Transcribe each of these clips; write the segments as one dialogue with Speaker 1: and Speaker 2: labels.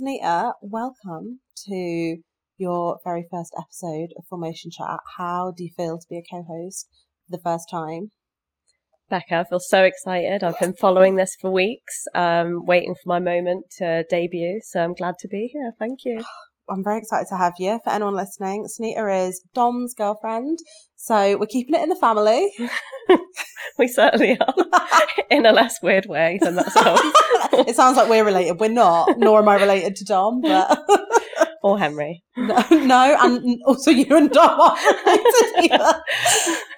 Speaker 1: Sunita, welcome to your very first episode of Formation Chat. How do you feel to be a co host for the first time?
Speaker 2: Becca, I feel so excited. I've been following this for weeks, um, waiting for my moment to debut. So I'm glad to be here. Thank you.
Speaker 1: I'm very excited to have you. For anyone listening, Sunita is Dom's girlfriend. So we're keeping it in the family.
Speaker 2: We certainly are in a less weird way than that sounds.
Speaker 1: it sounds like we're related. We're not, nor am I related to Dom, but
Speaker 2: Or Henry.
Speaker 1: no, no, and also you and Dom aren't related either.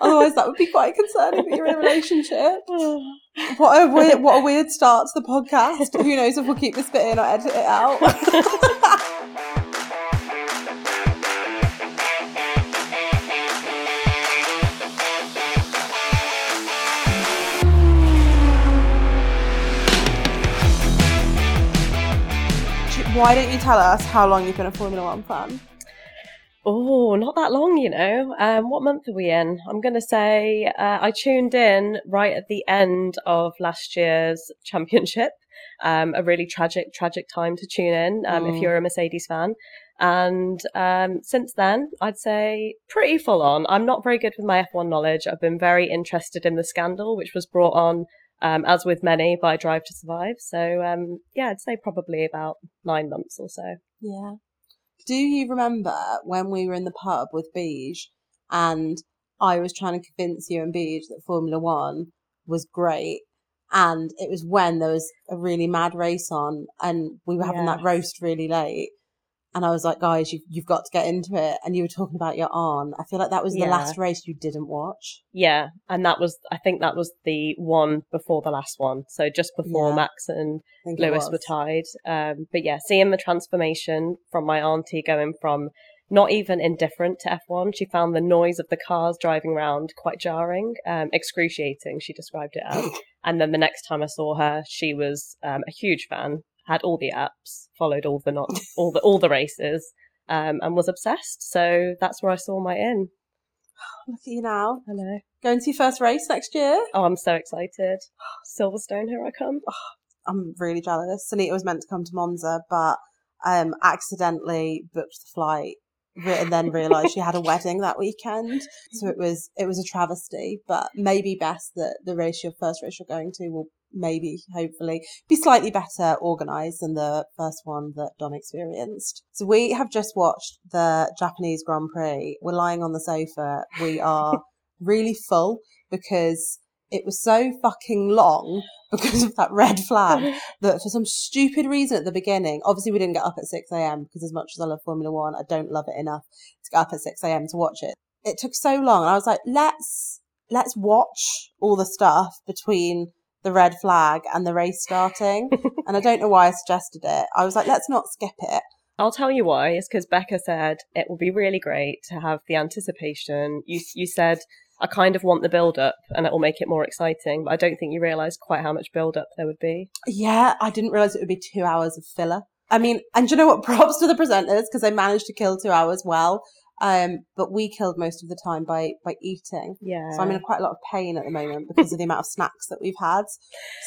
Speaker 1: Otherwise, that would be quite concerning that you're in a relationship. What a weird, what a weird start to the podcast. Who knows if we'll keep this bit in or edit it out? Why don't you tell us how long you've been a Formula One fan?
Speaker 2: Oh, not that long, you know. Um, what month are we in? I'm going to say uh, I tuned in right at the end of last year's championship. Um, a really tragic, tragic time to tune in um,
Speaker 1: Mm.
Speaker 2: if you're a Mercedes fan. And um, since then, I'd say pretty full on. I'm not very good with my F1 knowledge. I've been very interested in the scandal, which was brought on, um, as with many, by Drive to Survive. So, um, yeah, I'd say probably about nine months or so.
Speaker 1: Yeah. Do you remember when we were in the pub with Beige and I was trying to convince you and Beige that Formula One was great? And it was when there was a really mad race on and we were having that
Speaker 2: Yes.
Speaker 1: roast really late. And I was like, guys, you've, you've got to get into it. And you were talking about your aunt. I feel like that was the
Speaker 2: Yeah.
Speaker 1: last race you didn't watch.
Speaker 2: Yeah, and that was I think that was the one before the last one. So just before
Speaker 1: Yeah,
Speaker 2: Max and
Speaker 1: I think it
Speaker 2: Lewis were
Speaker 1: was.
Speaker 2: tied. Um, but yeah, seeing the transformation from my auntie going from not even indifferent to F1, she found the noise of the cars driving around quite jarring, um, excruciating. She described it as. and then the next time I saw her, she was um, a huge fan, had all the apps, followed all the not all the all the races, um, and was obsessed. So that's where I saw my in.
Speaker 1: Look at you now.
Speaker 2: Hello.
Speaker 1: Going to your first race next year.
Speaker 2: Oh, I'm so excited. Silverstone, here I come.
Speaker 1: I'm really jealous. Sunita was meant to come to Monza, but um, accidentally booked the flight re- and then realised she had a wedding that weekend. So it was it was a travesty. But maybe best that the race, your first race you're going to, will maybe hopefully be slightly better organised than the first one that Dom experienced. So we have just watched the Japanese Grand Prix. We're lying on the sofa. We are really full because. It was so fucking long because of that red flag that for some stupid reason at the beginning, obviously we didn't get up at 6 a.m. because as much as I love Formula One, I don't love it enough to get up at 6 a.m. to watch it. It took so long. And I was like, let's, let's watch all the stuff between the red flag and the race starting. and I don't know why I suggested it. I was like, let's not skip it.
Speaker 2: I'll tell you why. It's because Becca said it will be really great to have the anticipation. You you said I kind of want the build up, and it will make it more exciting. But I don't think you realised quite how much build up there would be.
Speaker 1: Yeah, I didn't realize it would be two hours of filler. I mean, and do you know what? Props to the presenters because they managed to kill two hours well. Um, but we killed most of the time by by eating.
Speaker 2: Yeah.
Speaker 1: So I'm in quite a lot of pain at the moment because of the amount of snacks that we've had.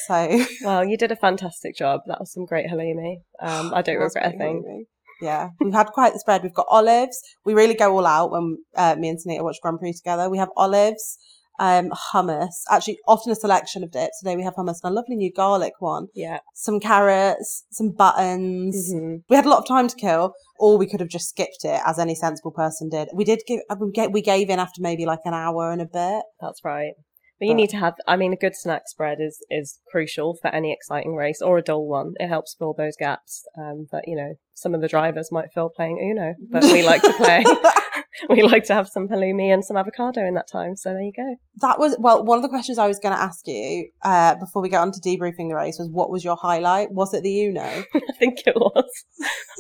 Speaker 1: So
Speaker 2: well, you did a fantastic job. That was some great halloumi. Um, I don't
Speaker 1: It was
Speaker 2: regret
Speaker 1: pretty
Speaker 2: a thing.
Speaker 1: hungry. Yeah, we've had quite the spread. We've got olives. We really go all out when uh, me and Sunita watch Grand Prix together. We have olives, um, hummus, actually often a selection of dips. Today we have hummus and a lovely new garlic one,
Speaker 2: Yeah.
Speaker 1: some carrots, some buttons.
Speaker 2: Mhm.
Speaker 1: We had a lot of time to kill, or we could have just skipped it, as any sensible person did. We did give, we ga- we gave in after maybe like an hour and a bit.
Speaker 2: That's right. But you
Speaker 1: But-
Speaker 2: need to have. I mean, a good snack spread is is crucial for any exciting race or a dull one. It helps fill those gaps um, that you know some of the drivers might feel playing Uno, but we like to play. we like to have some halloumi and some avocado in that time. So there you go.
Speaker 1: That was well. One of the questions I was going to ask you uh, before we get on to debriefing the race was, what was your highlight? Was it the Uno?
Speaker 2: I think it was.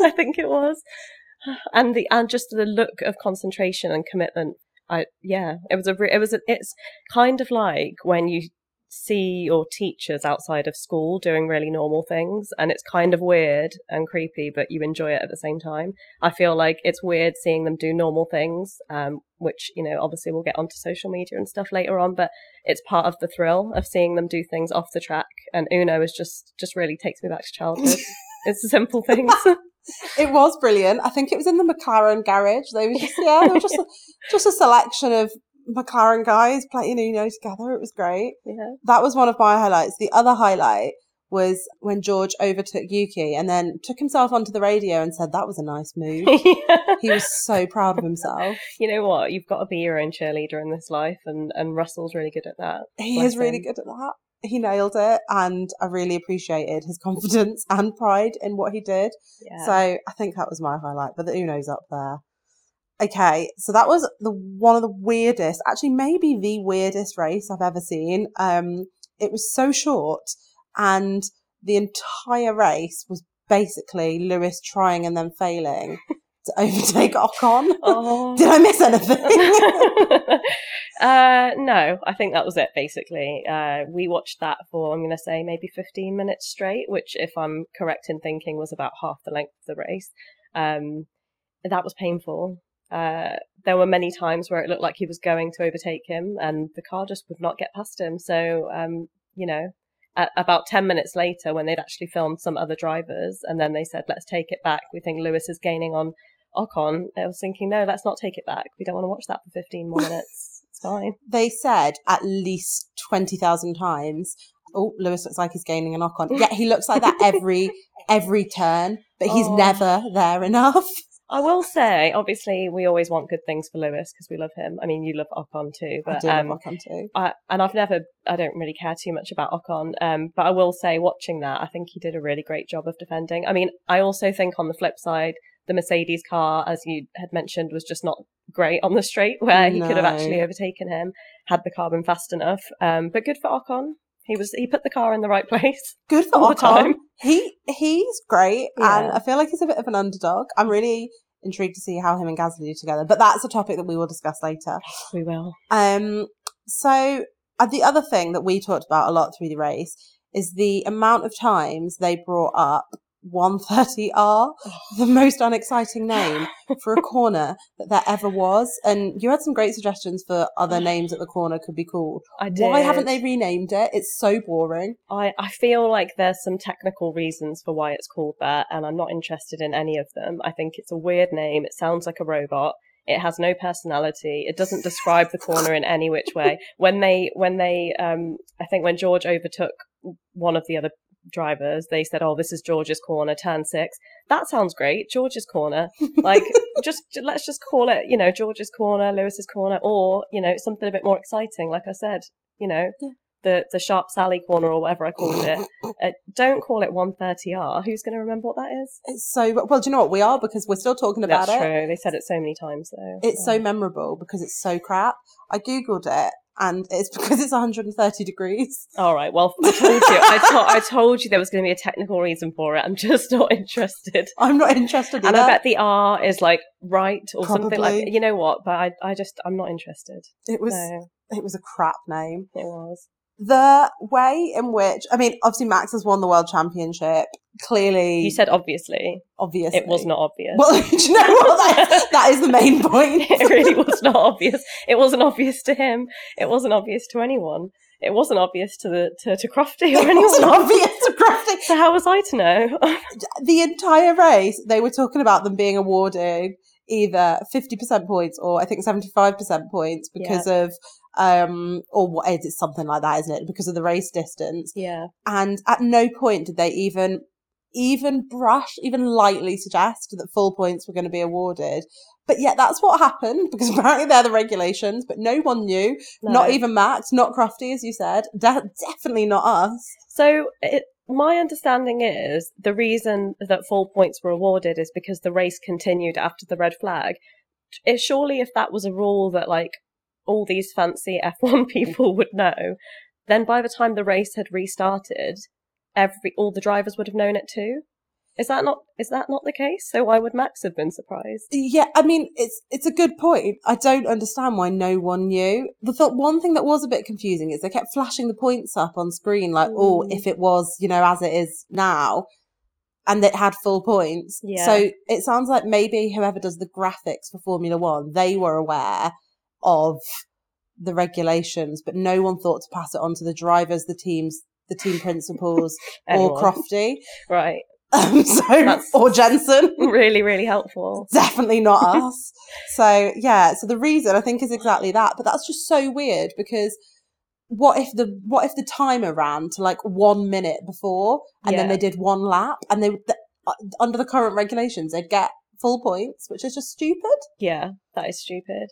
Speaker 2: I think it was. And the and just the look of concentration and commitment. I yeah, it was a re- it was a, it's kind of like when you see your teachers outside of school doing really normal things and it's kind of weird and creepy but you enjoy it at the same time. I feel like it's weird seeing them do normal things um which you know obviously we'll get onto social media and stuff later on but it's part of the thrill of seeing them do things off the track and Uno is just just really takes me back to childhood. It's the simple things.
Speaker 1: It was brilliant. I think it was in the McLaren garage. They were just yeah, they were just just a selection of McLaren guys playing Uno together. It was great.
Speaker 2: yeah.
Speaker 1: That was one of my highlights. The other highlight was when George overtook Yuki and then took himself onto the radio and said that was a nice move. he was so proud of himself.
Speaker 2: You know what? You've got to be your own cheerleader in this life, and and Russell's really good at that.
Speaker 1: He
Speaker 2: Bless
Speaker 1: is really
Speaker 2: him.
Speaker 1: good at that. He nailed it, and I really appreciated his confidence and pride in what he did.
Speaker 2: Yeah.
Speaker 1: So I think that was my highlight, but the Uno's up there. Okay, so that was the one of the weirdest, actually maybe the weirdest race I've ever seen. Um, it was so short, and the entire race was basically Lewis trying and then failing to overtake Ocon.
Speaker 2: oh.
Speaker 1: Did I miss anything?
Speaker 2: uh, no, I think that was it. Basically, uh, we watched that for I'm going to say maybe 15 minutes straight, which, if I'm correct in thinking, was about half the length of the race. Um, that was painful. Uh, there were many times where it looked like he was going to overtake him, and the car just would not get past him. So, um, you know. a- About 10 minutes later, when they'd actually filmed some other drivers, and then they said, Let's take it back. We think Lewis is gaining on Ocon, I was thinking, no, let's not take it back. We don't want to watch that for 15 more minutes. It's fine.
Speaker 1: they said at least 20,000 times, oh, Lewis looks like he's gaining a knock on. Yeah, he looks like that every every turn, but he's
Speaker 2: Oh.
Speaker 1: never there enough.
Speaker 2: I will say, obviously, we always want good things for Lewis because we love him. I mean, you love Ocon too,
Speaker 1: I
Speaker 2: but
Speaker 1: do
Speaker 2: um,
Speaker 1: love Ocon too.
Speaker 2: I, and I've never, I don't really care too much about Ocon, um, but I will say, watching that, I think he did a really great job of defending. I mean, I also think on the flip side, the Mercedes car, as you had mentioned, was just not great on the straight where he could have
Speaker 1: No.
Speaker 2: actually overtaken him had the car been fast enough. Um, but good for Ocon. He was, he put the car in the right place.
Speaker 1: Good for
Speaker 2: all the
Speaker 1: Ocon.
Speaker 2: time.
Speaker 1: He he's great, and
Speaker 2: Yeah.
Speaker 1: I feel like he's a bit of an underdog. I'm really intrigued to see how him and Gasly do together, but that's a topic that we will discuss later.
Speaker 2: We will.
Speaker 1: Um, so uh, the other thing that we talked about a lot through the race is the amount of times they brought up 130R, the most unexciting name for a corner that there ever was. And you had some great suggestions for other names that the corner could be called.
Speaker 2: I did.
Speaker 1: Why haven't they renamed it? It's so boring.
Speaker 2: I, I feel like there's some technical reasons for why it's called that, and I'm not interested in any of them. I think it's a weird name. It sounds like a robot. It has no personality. It doesn't describe the corner in any which way. When they, when they, um, I think when George overtook one of the other drivers, they said, "Oh, this is George's corner, turn six. That sounds great, George's corner. Like, just let's just call it, you know, George's corner, Lewis's corner, or you know, something a bit more exciting. Like I said, you know,
Speaker 1: Yeah.
Speaker 2: the the sharp Sally corner or whatever I called it. Uh, don't call it 130R. Who's going to remember what that is?
Speaker 1: It's so well. Do you know what we are because we're still talking about
Speaker 2: That's
Speaker 1: it.
Speaker 2: true. They said it so many times though.
Speaker 1: It's so memorable because it's so crap. I googled it, and it's because it's 130 degrees.
Speaker 2: All right. Well, I told you. I, to- I told you there was going to be a technical reason for it. I'm just not interested.
Speaker 1: I'm not interested.
Speaker 2: And I
Speaker 1: either.
Speaker 2: bet the R is like right or something like
Speaker 1: Probably.
Speaker 2: you know what, but I, I just I'm not interested.
Speaker 1: it was
Speaker 2: No,
Speaker 1: it was a crap name.
Speaker 2: it was.
Speaker 1: The way in which I mean, obviously Max has won the world championship. Clearly,
Speaker 2: You said obviously.
Speaker 1: obviously
Speaker 2: It was not obvious.
Speaker 1: Well, do you know what? That is, that is the main point.
Speaker 2: it really was not obvious. It wasn't obvious to him. It wasn't obvious to anyone. It wasn't obvious to the to, to Crofty or
Speaker 1: It
Speaker 2: anyone.
Speaker 1: was obvious to Crafty.
Speaker 2: So how was I to know?
Speaker 1: The entire race, they were talking about them being awarded either 50% points or I think 75% points because of, um, or what is it? Something like that, isn't it? Because of the race distance.
Speaker 2: yeah.
Speaker 1: and at no point did they even even brush even lightly suggest that full points were going to be awarded but yet that's what happened because apparently they're the regulations but no one knew
Speaker 2: No.
Speaker 1: not even max not crofty as you said de- definitely not us
Speaker 2: So it, my understanding is the reason that full points were awarded is because the race continued after the red flag. It, surely, if that was a rule that like all these fancy F1 people would know, then by the time the race had restarted, every all the drivers would have known it too. Is that not is that not the case? So why would Max have been surprised?
Speaker 1: yeah i mean it's it's a good point i don't understand why no one knew the th- one thing that was a bit confusing is they kept flashing the points up on screen like oh
Speaker 2: Mm.
Speaker 1: if it was you know as it is now and it had full points.
Speaker 2: Yeah.
Speaker 1: So it sounds like maybe whoever does the graphics for Formula One, they were aware of the regulations, but no one thought to pass it on to the drivers, the teams, the team principals, or
Speaker 2: Anyone?
Speaker 1: Crofty.
Speaker 2: Right.
Speaker 1: Um, so
Speaker 2: That's-
Speaker 1: or Jensen.
Speaker 2: really, really helpful.
Speaker 1: Definitely not us. so yeah, so the reason I think is exactly that, but that's just so weird because what if the what if the timer ran to like one minute before and then
Speaker 2: Yeah.
Speaker 1: they did one lap and they th- uh, under the current regulations they'd get full points, which is just stupid.
Speaker 2: Yeah, that is stupid.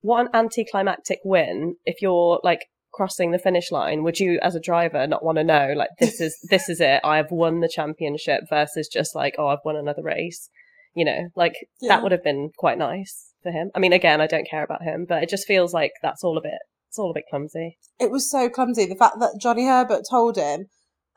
Speaker 2: What an anticlimactic win if you're like crossing the finish line. Would you as a driver not want to know like this is this is it, I've won the championship versus just like, oh I've won another race. You know, like
Speaker 1: Yeah.
Speaker 2: that would have been quite nice for him. I mean again, I don't care about him, but it just feels like that's all a bit it's all a bit clumsy.
Speaker 1: It was so clumsy. The fact that Johnny Herbert told him.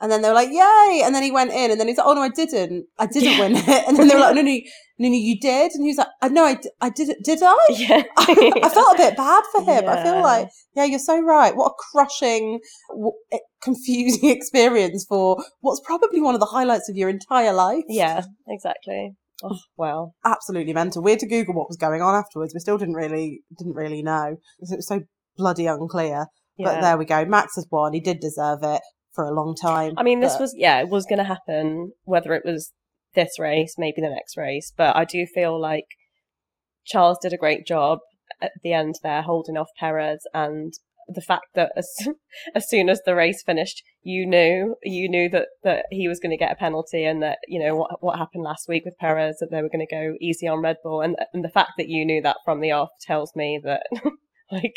Speaker 1: And then they were like, "Yay!" And then he went in, and then he's like, "Oh no, I didn't. I didn't
Speaker 2: Yeah.
Speaker 1: win it." And then they were like, "No, no, no, no, you did." And he was like, "I no, I, d- I did. Did I?"
Speaker 2: Yeah.
Speaker 1: I felt a bit bad for him. I feel
Speaker 2: Yeah.
Speaker 1: like, yeah, you're so right. What a crushing, w- e- confusing experience for what's probably one of the highlights of your entire life.
Speaker 2: Yeah, exactly. Oh, well.
Speaker 1: absolutely mental. We had to Google what was going on afterwards. We still didn't really didn't really know. It was so bloody unclear.
Speaker 2: Yeah.
Speaker 1: But there we go. Max has won. He did deserve it for a long time.
Speaker 2: I mean, this
Speaker 1: But
Speaker 2: was yeah, it was going to happen. Whether it was this race, maybe the next race, but I do feel like Charles did a great job at the end there, holding off Perez, and the fact that as as soon as the race finished, you knew you knew that that he was going to get a penalty, and that you know what what happened last week with Perez that they were going to go easy on Red Bull, and and the fact that you knew that from the off tells me that like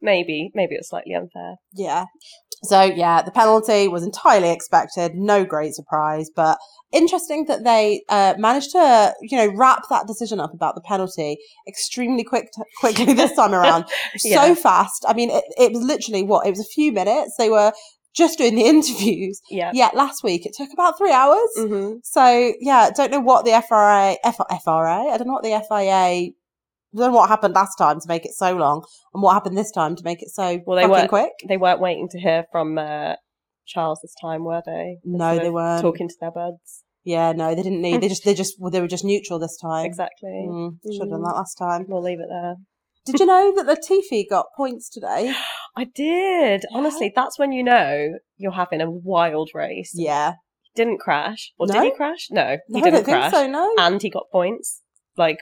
Speaker 2: maybe maybe it's slightly unfair.
Speaker 1: yeah. So yeah, the penalty was entirely expected. No great surprise, but interesting that they uh, managed to you know wrap that decision up about the penalty extremely quick quickly this time around.
Speaker 2: Yeah.
Speaker 1: So fast. I mean, it, it was literally what it was a few minutes. They were just doing the interviews.
Speaker 2: Yeah.
Speaker 1: Yet last week it took about three hours.
Speaker 2: hmm
Speaker 1: So yeah, don't know what the FRA, F, FRA, I don't know what the FIA, don't know what happened last time to make it so long, and what happened this time to make it so
Speaker 2: Well, they
Speaker 1: fucking
Speaker 2: weren't-
Speaker 1: quick.
Speaker 2: they weren't waiting to hear from uh, Charles this time, were they?
Speaker 1: No,
Speaker 2: Instead
Speaker 1: they
Speaker 2: of
Speaker 1: weren't.
Speaker 2: talking to their buds.
Speaker 1: Yeah, no, they didn't need. They just, they just, well, they were just neutral this time.
Speaker 2: Exactly. Mm.
Speaker 1: should have done that last time.
Speaker 2: We'll leave it there.
Speaker 1: Did you know that Latifi got points today?
Speaker 2: I did.
Speaker 1: Yeah.
Speaker 2: Honestly, that's when you know you're having a wild race.
Speaker 1: Yeah,
Speaker 2: Didn't crash. Or
Speaker 1: No?
Speaker 2: did he crash? No,
Speaker 1: no,
Speaker 2: he
Speaker 1: I
Speaker 2: didn't
Speaker 1: don't
Speaker 2: crash. Ah.
Speaker 1: think so. No,
Speaker 2: And he got points. Like,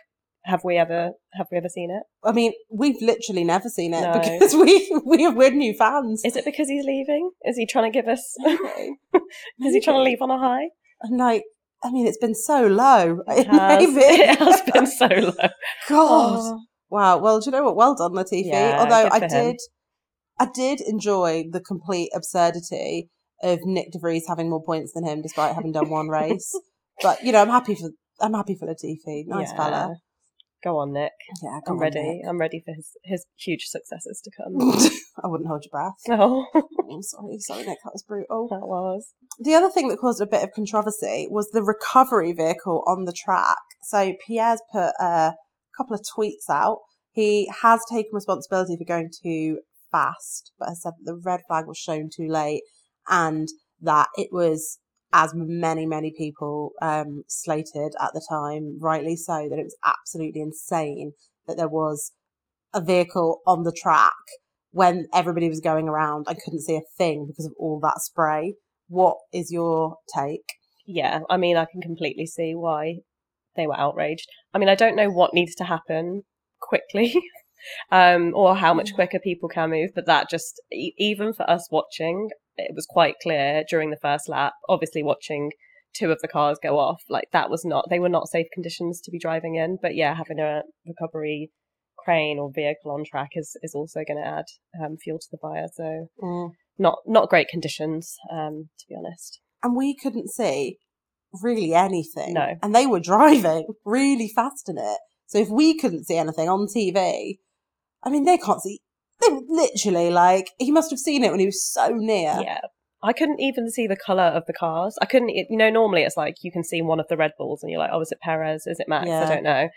Speaker 2: have we ever have we ever seen it?
Speaker 1: I mean we've literally never seen it
Speaker 2: No.
Speaker 1: because we we we're new fans.
Speaker 2: Is it because he's leaving? Is he trying to give us?
Speaker 1: Maybe.
Speaker 2: is he trying to leave on a high?
Speaker 1: And like, I mean, it's been so low.
Speaker 2: It has,
Speaker 1: Maybe
Speaker 2: it has been so low. Oh,
Speaker 1: God. Wow. Well, do you know what? Well done, Latifi.
Speaker 2: Yeah,
Speaker 1: Although
Speaker 2: good
Speaker 1: I
Speaker 2: for him.
Speaker 1: did, I did enjoy the complete absurdity of Nick De Vries having more points than him, despite having done one race. But you know, I'm happy for I'm happy for Latifi. Nice
Speaker 2: Yeah.
Speaker 1: fella.
Speaker 2: Go on, Nick.
Speaker 1: Yeah, go
Speaker 2: I'm
Speaker 1: on,
Speaker 2: ready. I'm ready for his, his huge successes to come.
Speaker 1: Nick. I wouldn't hold your breath.
Speaker 2: oh,
Speaker 1: I'm sorry, sorry, Nick. That was brutal.
Speaker 2: that was.
Speaker 1: The other thing that caused a bit of controversy was the recovery vehicle on the track. So Pierre's put a couple of tweets out. He has taken responsibility for going too fast, but has said that the red flag was shown too late and that it was, as many, many people um, slated at the time, rightly so, that it was absolutely insane that there was a vehicle on the track when everybody was going around I couldn't see a thing because of all that spray. What is your take?
Speaker 2: Yeah, I mean, I can completely see why they were outraged. I mean, I don't know what needs to happen quickly, um, or how much
Speaker 1: Yeah.
Speaker 2: quicker people can move, but that just e- even for us watching, it was quite clear during the first lap. Obviously, watching two of the cars go off, like that was not they were not safe conditions to be driving in. But yeah, having a recovery crane or vehicle on track is is also going to add um, fuel to the fire. So not not great conditions, um, to be honest.
Speaker 1: And we couldn't see really anything.
Speaker 2: No.
Speaker 1: And they were driving really fast in it. So if we couldn't see anything on TV, I mean, they can't see. They were literally like, he must have seen it when he was so near.
Speaker 2: Yeah. I couldn't even see the color of the cars. I couldn't, e, you know, normally it's like you can see one of the Red Bulls and you're like, oh, is it Perez? Is it Max?
Speaker 1: Yeah.
Speaker 2: I don't know.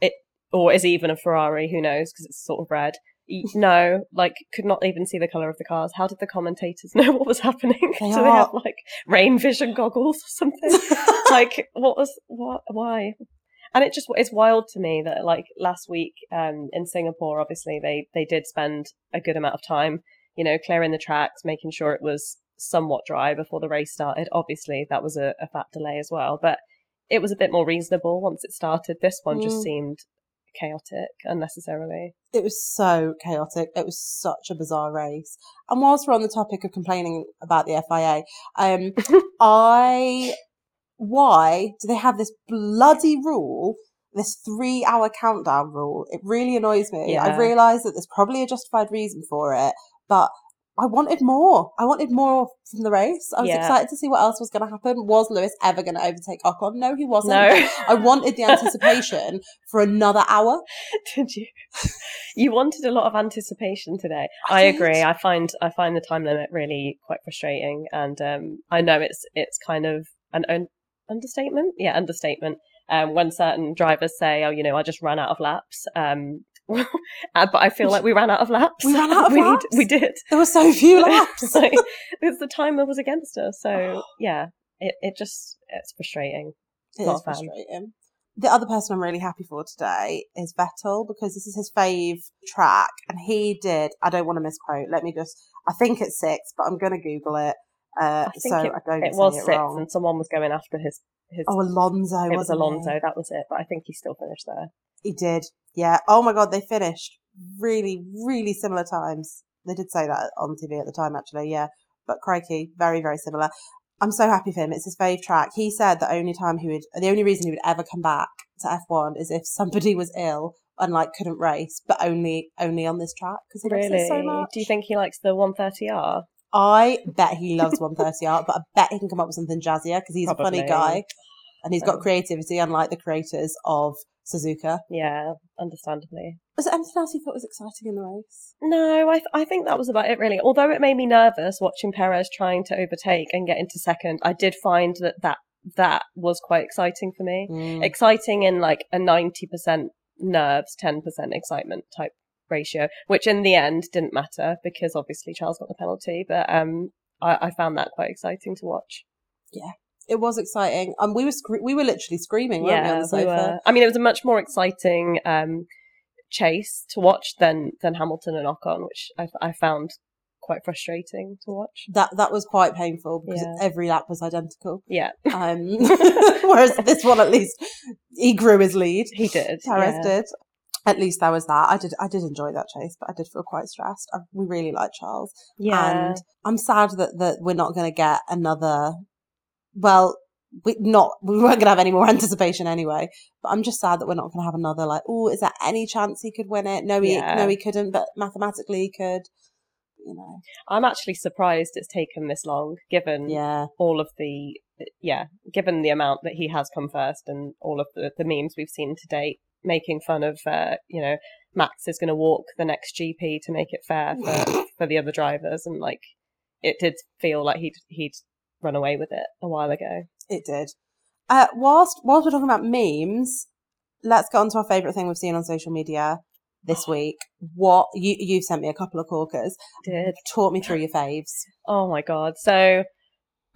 Speaker 2: It or is it even a Ferrari? Who knows? Because it's sort of red. Y- No, like could not even see the color of the cars. How did the commentators know what was happening?
Speaker 1: They
Speaker 2: Do they have
Speaker 1: are-
Speaker 2: like rain vision goggles or something? like what was what why and it just it's wild to me that like last week um in singapore obviously they they did spend a good amount of time you know clearing the tracks making sure it was somewhat dry before the race started. Obviously, that was a, a fat delay as well, but it was a bit more reasonable once it started. This one just
Speaker 1: Mm.
Speaker 2: seemed chaotic unnecessarily.
Speaker 1: It was so chaotic. It was such a bizarre race. And whilst we're on the topic of complaining about the FIA, um, I why do they have this bloody rule, this three hour countdown rule? It really annoys me. I
Speaker 2: Yeah.
Speaker 1: realise that there's probably a justified reason for it, but I wanted more. I wanted more from the race. I was
Speaker 2: Yeah.
Speaker 1: excited to see what else was going to happen. Was Lewis ever going to overtake Ocon? No, he wasn't.
Speaker 2: No,
Speaker 1: I wanted the anticipation for another hour.
Speaker 2: did you? You wanted a lot of anticipation today.
Speaker 1: I
Speaker 2: I,
Speaker 1: did.
Speaker 2: agree. I find I find the time limit really quite frustrating, and um, I know it's it's kind of an un- understatement. Yeah, understatement. Um, when certain drivers say, "Oh, you know, I just ran out of laps," um, uh, but I feel like we ran out of laps.
Speaker 1: We ran out of
Speaker 2: we,
Speaker 1: laps.
Speaker 2: We did.
Speaker 1: There were so few laps.
Speaker 2: like, it's the timer was against us. So yeah, it it just it's frustrating.
Speaker 1: It
Speaker 2: Not
Speaker 1: is
Speaker 2: a fan.
Speaker 1: frustrating. The other person I'm really happy for today is Vettel because this is his fave track, and he did. I don't want to misquote. Let me just. I think it's six, but I'm going to Google it. Uh,
Speaker 2: I think
Speaker 1: so I don't
Speaker 2: It
Speaker 1: say
Speaker 2: was
Speaker 1: it
Speaker 2: six,
Speaker 1: wrong.
Speaker 2: and someone was going after his his.
Speaker 1: Oh, Alonso.
Speaker 2: it was
Speaker 1: wasn't
Speaker 2: Alonso. That was it. But I think he still finished there.
Speaker 1: He? he did. Yeah. Oh my God, they finished really, really similar times. They did say that on TV at the time, actually. Yeah. But crikey, very, very similar. I'm so happy for him. It's his fave track. He said the only time he would, the only reason he would ever come back to F1 is if somebody was ill and like couldn't race, but only only on this track because he
Speaker 2: Really?
Speaker 1: loves it so much.
Speaker 2: Do you think he likes the 130R?
Speaker 1: I bet he loves 130 art, but I bet he can come up with something jazzier because he's a funny
Speaker 2: Probably.
Speaker 1: guy and he's got
Speaker 2: Um.
Speaker 1: creativity, unlike the creators of Suzuka.
Speaker 2: Yeah, understandably.
Speaker 1: Was there anything else you thought was exciting in the race?
Speaker 2: No, I th- I think that was about it really. Although it made me nervous watching Perez trying to overtake and get into second, I did find that that, that was quite exciting for me. exciting in like a 90% nerves 10% excitement type ratio which in the end didn't matter because obviously charles got the penalty but um i, I found that quite exciting to watch
Speaker 1: It was exciting. Um, we were scre- we were literally screaming, weren't we, on the
Speaker 2: we
Speaker 1: sofa?
Speaker 2: were- i mean it was a much more exciting um chase to watch than than hamilton and ocon which i, I found quite frustrating to watch
Speaker 1: That that was quite painful because
Speaker 2: Yeah.
Speaker 1: every lap was identical.
Speaker 2: yeah
Speaker 1: Um, whereas this one, at least, he grew his lead.
Speaker 2: he did
Speaker 1: Perez
Speaker 2: yeah.
Speaker 1: did. At least there was that. I did. I did enjoy that chase, but I did feel quite stressed. I, we really like Charles.
Speaker 2: yeah
Speaker 1: And I'm sad that, that we're not going to get another. Well, we not we weren't going to have any more anticipation anyway. But I'm just sad that we're not going to have another like. Oh, is there any chance he could win it? No, he
Speaker 2: Yeah.
Speaker 1: no he couldn't, but mathematically he could. You know.
Speaker 2: i'm actually surprised it's taken this long given
Speaker 1: Yeah.
Speaker 2: all of the yeah, given the amount that he has come first and all of the, the memes we've seen to date making fun of uh, you know Max is going to walk the next GP to make it fair for, for the other drivers and like it did feel like he'd he'd run away with it a while ago.
Speaker 1: It did. Uh, whilst whilst we're talking about memes, let's get on to our favourite thing we've seen on social media this week. What you you sent me a couple of corkers.
Speaker 2: Did
Speaker 1: Talk me through your faves.
Speaker 2: oh my god! So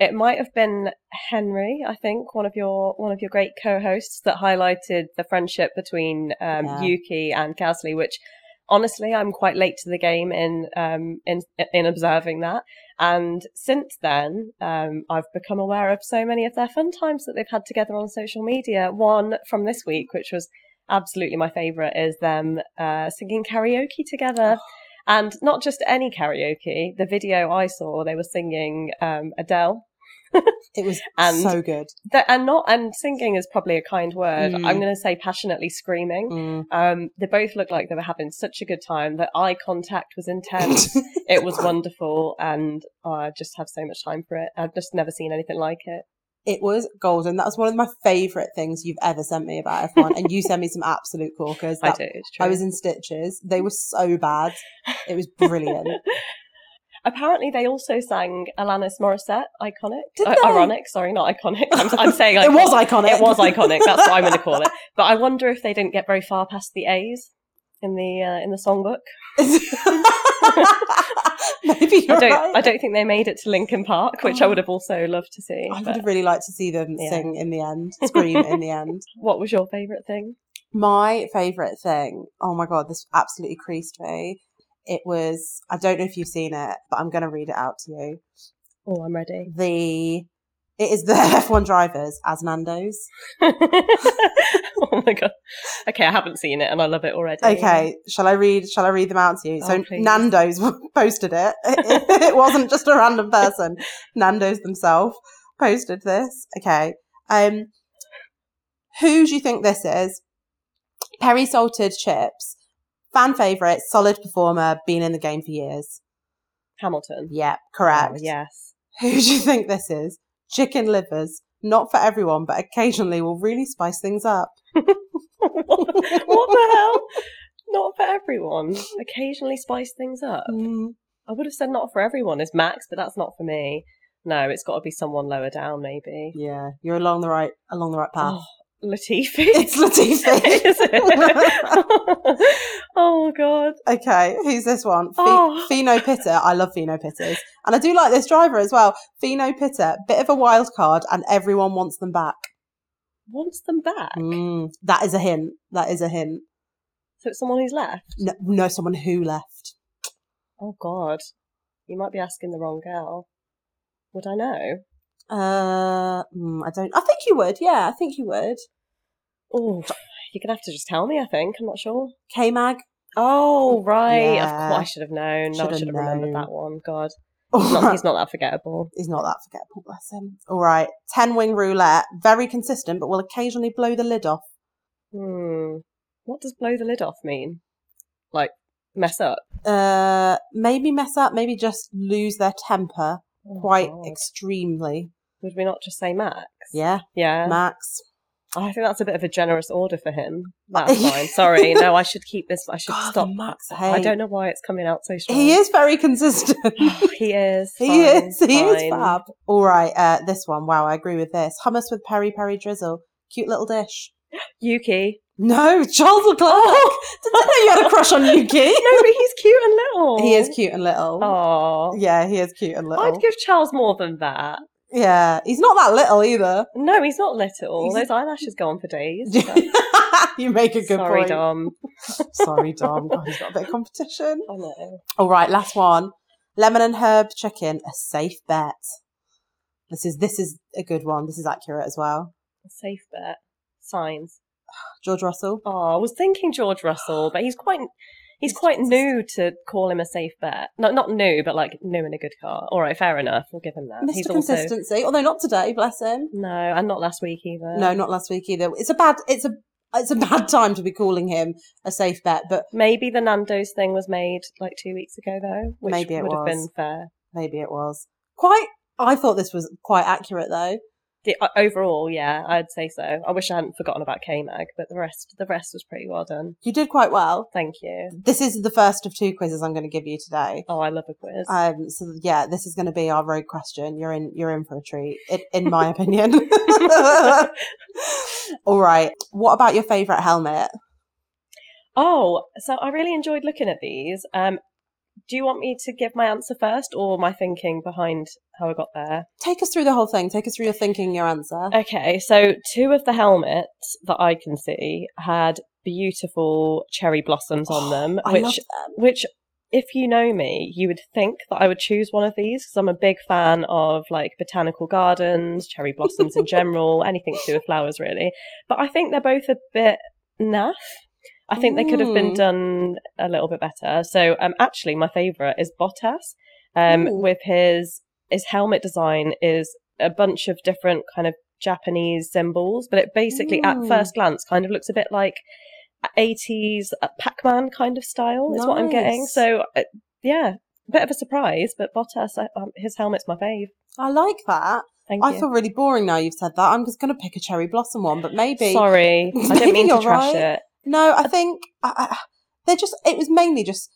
Speaker 2: it might have been Henry, I think one of your one of your great co-hosts that highlighted the friendship between um,
Speaker 1: Yeah.
Speaker 2: Yuki and Gasly, which honestly I'm quite late to the game in um, in in observing that. And since then, um, I've become aware of so many of their fun times that they've had together on social media. One from this week, which was absolutely my favourite, is them uh, singing karaoke together. And not just any karaoke. The video I saw, they were singing um, Adele
Speaker 1: It was
Speaker 2: And-
Speaker 1: so good.
Speaker 2: that and not and singing is probably a kind word.
Speaker 1: Mm.
Speaker 2: I'm going to say passionately screaming.
Speaker 1: Mm.
Speaker 2: Um, they both looked like they were having such a good time. That eye contact was intense. it was wonderful, and I just have so much time for it. I've just never seen anything like it.
Speaker 1: It was golden. That was one of my favourite things you've ever sent me about F1. and you sent me some absolute corkers.
Speaker 2: I
Speaker 1: That-
Speaker 2: do. It's true.
Speaker 1: I was in stitches. They were so bad. It was brilliant.
Speaker 2: Apparently, they also sang Alanis Morissette, iconic.
Speaker 1: Did
Speaker 2: I-
Speaker 1: they?
Speaker 2: ironic, sorry, not iconic. I'm, I'm saying
Speaker 1: it was
Speaker 2: iconic.
Speaker 1: iconic.
Speaker 2: It was iconic. That's what I'm going to call it. But I wonder if they didn't get very far past the A's in the uh, in the songbook.
Speaker 1: Maybe you're
Speaker 2: I don't.
Speaker 1: right.
Speaker 2: I don't think they made it to Lincoln Park, which I
Speaker 1: Oh.
Speaker 2: would have also loved to see.
Speaker 1: I would
Speaker 2: but
Speaker 1: have really liked to see them
Speaker 2: Yeah.
Speaker 1: sing in the end, scream in the end.
Speaker 2: What was your favourite thing?
Speaker 1: My favourite thing, oh my god, this absolutely creased me. It was, I don't know if you've seen it, but I'm going to read it out to you.
Speaker 2: Oh, I'm ready.
Speaker 1: The it is the F1 drivers as Nando's.
Speaker 2: oh my god. Okay, I haven't seen it and I love it already.
Speaker 1: Okay, shall I read? Shall I read them out to you?
Speaker 2: Oh,
Speaker 1: so
Speaker 2: please.
Speaker 1: Nando's posted it. it. It wasn't just a random person. Nando's themselves posted this. Okay. Um, who do you think this is? Perry salted chips, fan favorite, solid performer, been in the game for years.
Speaker 2: Hamilton.
Speaker 1: Yep, correct.
Speaker 2: Oh, yes.
Speaker 1: Who do you think this is? Chicken livers. Not for everyone, but occasionally will really spice things up.
Speaker 2: what, what the hell? Not for everyone. Occasionally spice things up.
Speaker 1: Mm,
Speaker 2: I would have said not for everyone is Max, but that's not for me. No, it's got to be someone lower down, maybe.
Speaker 1: yeah, you're along the right along the right path.
Speaker 2: Oh, Latifi.
Speaker 1: It's Latifi.
Speaker 2: Is it? oh god.
Speaker 1: okay, who's this one? Fe-
Speaker 2: Oh.
Speaker 1: Fino Pitter. I love Fino Pitters. And I do like this driver as well. Fino Pitter, bit of a wild card, and everyone wants them back.
Speaker 2: Wants them back.
Speaker 1: Mm, that is a hint. That is a hint.
Speaker 2: So it's someone who's left.
Speaker 1: No, no someone who left.
Speaker 2: Oh god. You might be asking the wrong girl. Would I know?
Speaker 1: Uh, mm, I don't. I think you would. Yeah, I think you would.
Speaker 2: Oh, you're gonna have to just tell me. I think I'm not sure.
Speaker 1: K Mag.
Speaker 2: Oh right,
Speaker 1: Yeah.
Speaker 2: of course I should have known. No, I
Speaker 1: Should
Speaker 2: should
Speaker 1: have
Speaker 2: have remembered
Speaker 1: known.
Speaker 2: that one. God, he's not, he's not that forgettable.
Speaker 1: He's not that forgettable, bless him. All right. 10 wing roulette. Very consistent, but will occasionally blow the lid off.
Speaker 2: Hmm. What does blow the lid off mean? Like mess up?
Speaker 1: Uh, maybe mess up, maybe just lose their temper
Speaker 2: Oh,
Speaker 1: quite
Speaker 2: God.
Speaker 1: extremely.
Speaker 2: Would we not just say Max?
Speaker 1: Yeah,
Speaker 2: Yeah.
Speaker 1: Max.
Speaker 2: I think that's a bit of a generous order for him. That's fine. Sorry. No, I should keep this. I should
Speaker 1: God,
Speaker 2: stop.
Speaker 1: Max.
Speaker 2: I
Speaker 1: hey.
Speaker 2: don't know why it's coming out so strong.
Speaker 1: He is very consistent.
Speaker 2: he is.
Speaker 1: he
Speaker 2: fine,
Speaker 1: is. He is
Speaker 2: fine.
Speaker 1: fab. All right. Uh, this one. Wow, I agree with this. Hummus with peri peri drizzle. Cute little dish.
Speaker 2: Yuki.
Speaker 1: No, Charles Leclerc. Didn't know you had a crush on Yuki.
Speaker 2: Oh, No, but he's cute and little.
Speaker 1: He is cute and little.
Speaker 2: Oh.
Speaker 1: Yeah, he is cute and little.
Speaker 2: I'd give Charles more than that.
Speaker 1: Yeah, he's not that little either.
Speaker 2: No, he's not little.
Speaker 1: He's-
Speaker 2: Those eyelashes go on for days.
Speaker 1: you make a good
Speaker 2: Sorry,
Speaker 1: point.
Speaker 2: Dom. Oh,
Speaker 1: Sorry, Dom. God, he's got a bit of competition.
Speaker 2: I know.
Speaker 1: All right, last one. Lemon and herb chicken, a safe bet. This is this is a good one. This is accurate as well.
Speaker 2: A Safe bet. Signs.
Speaker 1: George Russell.
Speaker 2: Oh, I was thinking George Russell, but he's quite he's quite new to call him a safe bet. Not not new, but like new in a good car. All right, fair enough. We'll give him that.
Speaker 1: Mr.
Speaker 2: Uh, He's also
Speaker 1: Consistency, although not today, bless him.
Speaker 2: no, and not last week either.
Speaker 1: No, not last week either. It's a bad it's a it's a bad time to be calling him a safe bet, but
Speaker 2: Maybe the Nando's thing was made like two weeks ago though, which
Speaker 1: Maybe it
Speaker 2: would have been
Speaker 1: was.
Speaker 2: fair.
Speaker 1: maybe it was. Quite I thought this was quite accurate though.
Speaker 2: The, uh, overall, yeah, I'd say so. I wish I hadn't forgotten about K Mag, but the rest the rest was pretty well done.
Speaker 1: You did quite well.
Speaker 2: Thank you.
Speaker 1: This is the first of two quizzes I'm going to give you today.
Speaker 2: Oh, I love a quiz.
Speaker 1: Um, so yeah, this is going to be our road question. You're in, you're in for a treat, in, in my opinion. All right. What about your favorite helmet?
Speaker 2: oh, so I really enjoyed looking at these. Um, do you want me to give my answer first or my thinking behind how I got there?
Speaker 1: Take us through the whole thing. Take us through your thinking, your answer.
Speaker 2: Okay, so two of the helmets that I can see had beautiful cherry blossoms on them,
Speaker 1: I love
Speaker 2: which
Speaker 1: them.
Speaker 2: which if you know me, you would think that I would choose one of these because I'm a big fan of like botanical gardens, cherry blossoms in general, anything to do with flowers really. But I think they're both a bit naff. I think they could have been
Speaker 1: Mm.
Speaker 2: done a little bit better. So um, actually, my favourite is Bottas. Um,
Speaker 1: Ooh.
Speaker 2: with his his helmet design is a bunch of different kind of Japanese symbols, but it basically at
Speaker 1: Mm.
Speaker 2: first glance kind of looks a bit like 80s uh, Pac-Man kind of style is what I'm getting.
Speaker 1: Nice.
Speaker 2: So uh, yeah, bit of a surprise, but Bottas, I, um, his helmet's my fave.
Speaker 1: I like that.
Speaker 2: Thank
Speaker 1: I
Speaker 2: you.
Speaker 1: feel really boring now you've said that. I'm just going to pick a cherry blossom one, but maybe.
Speaker 2: Sorry, I
Speaker 1: Maybe
Speaker 2: didn't mean
Speaker 1: you're
Speaker 2: to trash
Speaker 1: right.
Speaker 2: it.
Speaker 1: No, I think I, I, they're just. It was mainly just.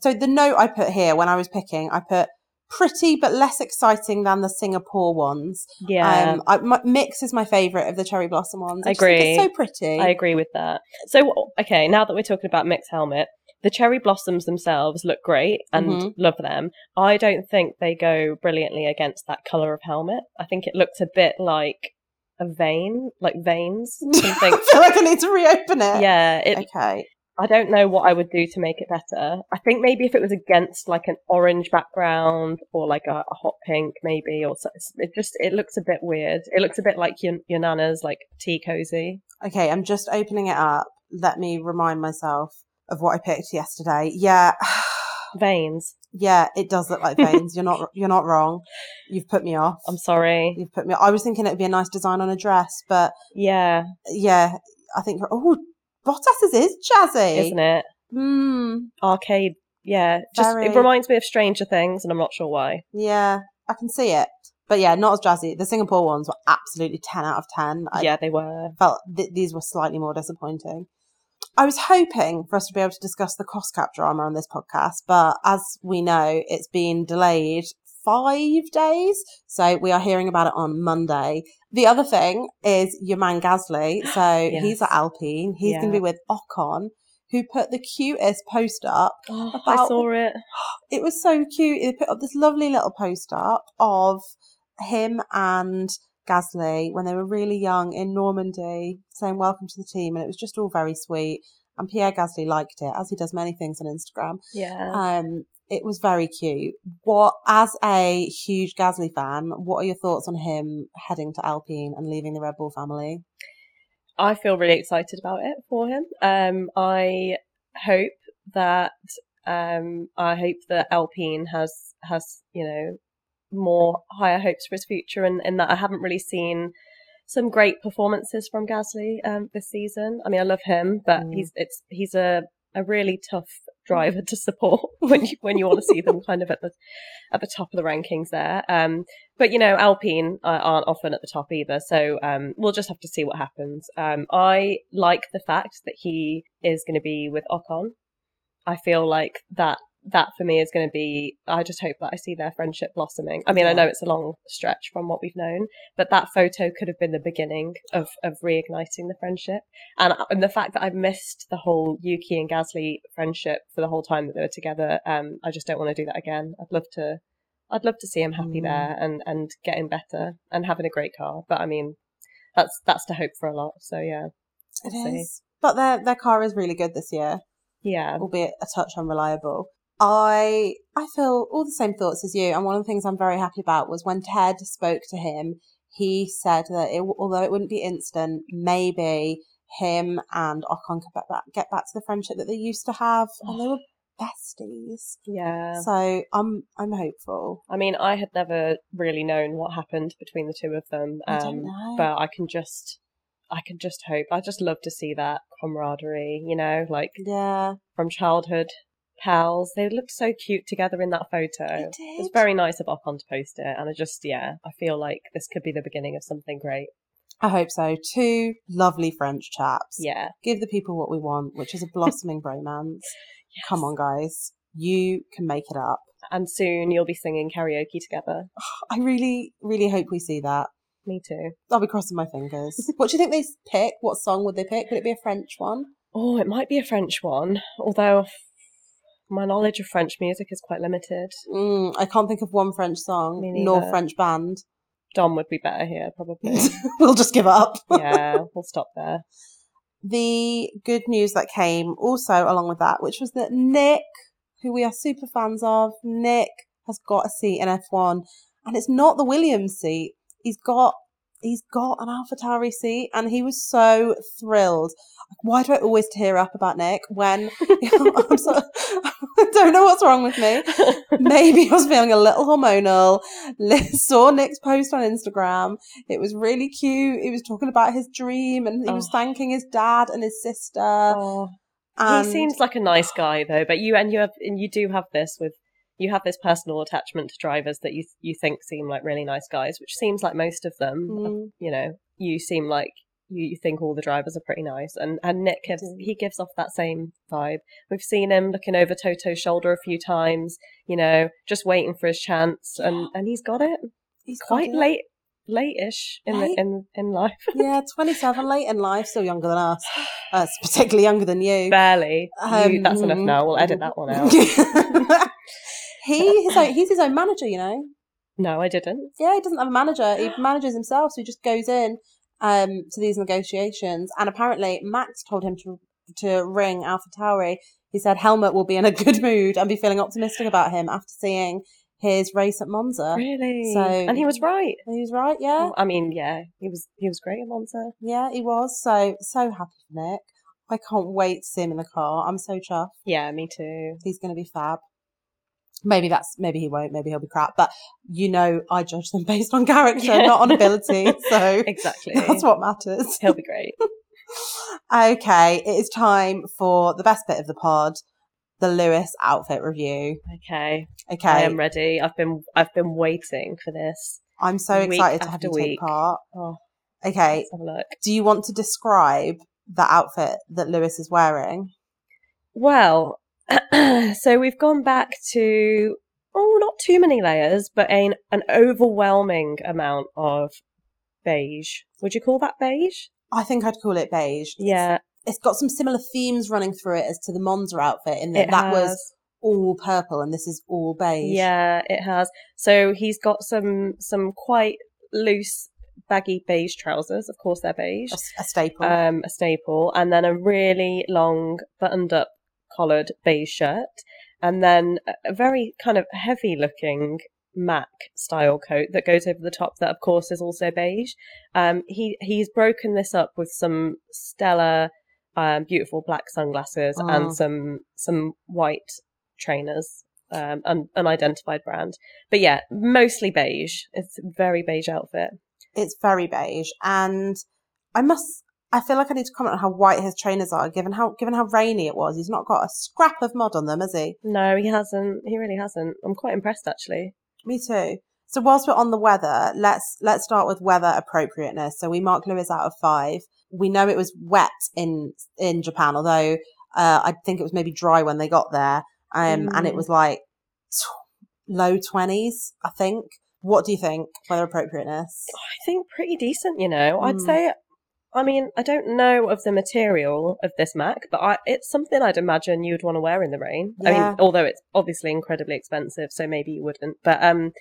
Speaker 1: So the note I put here when I was picking, I put pretty but less exciting than the Singapore ones.
Speaker 2: Yeah,
Speaker 1: Um, I, my, mix is my favourite of the cherry blossom ones. I,
Speaker 2: I
Speaker 1: just think it's
Speaker 2: agree.
Speaker 1: so pretty.
Speaker 2: I agree with that. So okay, now that we're talking about mixed helmet, the cherry blossoms themselves look great and
Speaker 1: Mhm.
Speaker 2: love them. I don't think they go brilliantly against that color of helmet. I think it looks a bit like a vein, like veins.
Speaker 1: I
Speaker 2: Something.
Speaker 1: feel like I need to reopen it.
Speaker 2: yeah, it
Speaker 1: Okay.
Speaker 2: I don't know what I would do to make it better. I think maybe if it was against like an orange background or like a, a hot pink, maybe, or so, it just it looks a bit weird. It looks a bit like your your nana's like tea cozy.
Speaker 1: Okay, I'm just opening it up. Let me remind myself of what I picked yesterday. Yeah,
Speaker 2: Veins.
Speaker 1: yeah, it does look like veins. You're not you're not wrong. You've put me off.
Speaker 2: I'm sorry.
Speaker 1: You've put me. I was thinking it'd be a nice design on a dress, but
Speaker 2: Yeah,
Speaker 1: yeah, I think oh, Bottas's is jazzy,
Speaker 2: isn't it
Speaker 1: Mm,
Speaker 2: arcade? Yeah, just
Speaker 1: Very.
Speaker 2: it reminds me of Stranger Things, and I'm not sure why.
Speaker 1: yeah, I can see it. But yeah, not as jazzy. The Singapore ones were absolutely ten out of ten. I
Speaker 2: yeah, they were.
Speaker 1: felt th- these were slightly more disappointing. I was hoping for us to be able to discuss the cost cap drama on this podcast, but as we know, it's been delayed five days. So we are hearing about it on Monday. The other thing is your man Gasly. So
Speaker 2: Yes.
Speaker 1: he's at Alpine. He's going to be with Ocon, who put the cutest post up
Speaker 2: Oh, I
Speaker 1: About-
Speaker 2: saw it.
Speaker 1: it was so cute. They put up this lovely little poster of him and Gasly when they were really young in Normandy, saying welcome to the team, and it was just all very sweet. And Pierre Gasly liked it, as he does many things on Instagram.
Speaker 2: Yeah.
Speaker 1: Um, it was very cute. What, as a huge Gasly fan, what are your thoughts on him heading to Alpine and leaving the Red Bull family?
Speaker 2: I feel really excited about it for him. Um, I hope that um, I hope that Alpine has has you know more higher hopes for his future, and, and that I haven't really seen some great performances from Gasly um, this season. I mean, I love him, but
Speaker 1: Mm.
Speaker 2: he's it's he's a, a really tough driver to support when you when you want to see them kind of at the at the top of the rankings there. Um, but you know, Alpine uh, aren't often at the top either, so um, we'll just have to see what happens. Um, I like the fact that he is going to be with Ocon. I feel like that that for me is going to be. I just hope that I see their friendship blossoming. I mean, I
Speaker 1: Yeah.
Speaker 2: know it's a long stretch from what we've known, but that photo could have been the beginning of of reigniting the friendship, and uh, and the fact that I've missed the whole Yuki and Gasly friendship for the whole time that they were together. Um, I just don't want to do that again. I'd love to. I'd love to see him happy
Speaker 1: Mm.
Speaker 2: there and and getting better and having a great car. But I mean, that's that's to hope for a lot. So yeah,
Speaker 1: It
Speaker 2: We'll see.
Speaker 1: is. But their, their car is really good this year.
Speaker 2: yeah,
Speaker 1: albeit a touch unreliable. I I feel all the same thoughts as you, and one of the things I'm very happy about was when Ted spoke to him. He said that it, although it wouldn't be instant, maybe him and Ocon could get back, get back to the friendship that they used to have, and they were besties.
Speaker 2: yeah.
Speaker 1: So I'm I'm hopeful.
Speaker 2: I mean, I had never really known what happened between the two of them, um,
Speaker 1: I don't know.
Speaker 2: but I can just, I can just hope. I just love to see that camaraderie. You know, like
Speaker 1: yeah,
Speaker 2: from childhood pals. They looked so cute together in that
Speaker 1: they
Speaker 2: photo.
Speaker 1: did.
Speaker 2: It's very nice of Ocon to post it, and I just, yeah, I feel like this could be the beginning of something great.
Speaker 1: I hope so. Two lovely French chaps.
Speaker 2: Yeah.
Speaker 1: Give the people what we want, which is a blossoming bromance. Come on, guys. You can make it up.
Speaker 2: and soon you'll be singing karaoke together.
Speaker 1: I really, really hope we see that.
Speaker 2: Me too.
Speaker 1: I'll be crossing my fingers. what do you think they pick? What song would they pick? Would it be a French one?
Speaker 2: Oh, it might be a French one, although my knowledge of French music is quite limited.
Speaker 1: Mm, I can't think of one French song,
Speaker 2: Me
Speaker 1: nor
Speaker 2: neither.
Speaker 1: French band.
Speaker 2: Dom would be better here, probably.
Speaker 1: we'll just give up.
Speaker 2: yeah, we'll stop there.
Speaker 1: The good news that came also along with that, which was that Nick, who we are super fans of, Nick has got a seat in F1, and it's not the Williams seat. He's got he's got an AlphaTauri seat, and he was so thrilled. Why do I always tear up about Nick when I'm so, I don't know what's wrong with me. Maybe I was feeling a little hormonal. Saw Nick's post on Instagram. It was really cute. He was talking about his dream and he was
Speaker 2: Oh.
Speaker 1: thanking his dad and his sister.
Speaker 2: Oh,
Speaker 1: And
Speaker 2: he seems like a nice guy though, but you and you have and you do have this with you have this personal attachment to drivers that you you think seem like really nice guys, which seems like most of them.
Speaker 1: Mm,
Speaker 2: You know, you seem like you, you think all the drivers are pretty nice, and and Nick gives
Speaker 1: do.
Speaker 2: he gives off that same vibe. We've seen him looking over Toto's shoulder a few times, you know, just waiting for his chance, and and he's got it.
Speaker 1: he's
Speaker 2: Quite
Speaker 1: got it.
Speaker 2: late, late-ish in
Speaker 1: Late?
Speaker 2: The, in in life,
Speaker 1: Yeah, 27, late in life, still younger than us. Uh, particularly younger than you.
Speaker 2: barely. you,
Speaker 1: Um,
Speaker 2: that's enough
Speaker 1: mm,
Speaker 2: now. We'll edit
Speaker 1: mm.
Speaker 2: that one out.
Speaker 1: he his own, he's his own manager, you know.
Speaker 2: no, I didn't.
Speaker 1: Yeah, he doesn't have a manager. He manages himself, so he just goes in um, to these negotiations. And apparently, Max told him to to ring Alpha Tauri, he said Helmut will be in a good mood and be feeling optimistic about him after seeing his race at Monza.
Speaker 2: Really?
Speaker 1: So-
Speaker 2: and he was right.
Speaker 1: And he was right, yeah.
Speaker 2: I mean, yeah, he was he was great at Monza.
Speaker 1: Yeah, he was. So, so happy for Nick. I can't wait to see him in the car. I'm so chuffed.
Speaker 2: Yeah, me too.
Speaker 1: He's going to be fab. Maybe that's, maybe he won't, maybe he'll be crap, but you know, I judge them based on character,
Speaker 2: Yeah.
Speaker 1: not on ability. So
Speaker 2: Exactly.
Speaker 1: that's what matters.
Speaker 2: He'll be great.
Speaker 1: Okay, it is time for the best bit of the pod, the Lewis outfit review.
Speaker 2: Okay,
Speaker 1: Okay,
Speaker 2: I am ready. I've been I've been waiting for this.
Speaker 1: I'm so
Speaker 2: Week
Speaker 1: excited to have
Speaker 2: after
Speaker 1: you take
Speaker 2: week.
Speaker 1: part.
Speaker 2: Oh,
Speaker 1: Okay,
Speaker 2: let's have a look.
Speaker 1: do you want to describe the outfit that Lewis is wearing?
Speaker 2: Well, so we've gone back to oh, not too many layers, but an an overwhelming amount of beige. Would you call that beige?
Speaker 1: I think I'd call it beige.
Speaker 2: Yeah,
Speaker 1: It's got some similar themes running through it as to the Monza outfit, in that
Speaker 2: it
Speaker 1: that was
Speaker 2: has.
Speaker 1: all purple and this is all beige.
Speaker 2: Yeah, it has. So he's got some some quite loose baggy beige trousers. Of course, they're beige.
Speaker 1: A, s- a staple.
Speaker 2: um, a staple, and then a really long buttoned up collared beige shirt, and then a- a very kind of heavy looking Mac style coat that goes over the top that of course is also beige. Um, he he's broken this up with some stellar, um, beautiful black sunglasses
Speaker 1: Mm.
Speaker 2: and some some white trainers. Um, un- unidentified brand, but yeah, mostly beige. It's a very beige outfit.
Speaker 1: it's very beige, and I must. I feel like I need to comment on how white his trainers are, given how given how rainy it was. He's not got a scrap of mud on them, has he?
Speaker 2: No, he hasn't. He really hasn't. I'm quite impressed actually.
Speaker 1: Me too. So whilst we're on the weather, let's let's start with weather appropriateness. So we mark Lewis out of five. We know it was wet in in Japan, although uh, I think it was maybe dry when they got there, um, and it
Speaker 2: Mm.
Speaker 1: was like tw- low twenties, I think. What do you think? Weather appropriateness?
Speaker 2: I think pretty decent, you know. I'd
Speaker 1: Mm.
Speaker 2: say, I mean, I don't know of the material of this Mac, but I, it's something I'd imagine you'd want to wear in the rain. I
Speaker 1: Yeah.
Speaker 2: mean, although it's obviously incredibly expensive, so maybe you wouldn't. But um,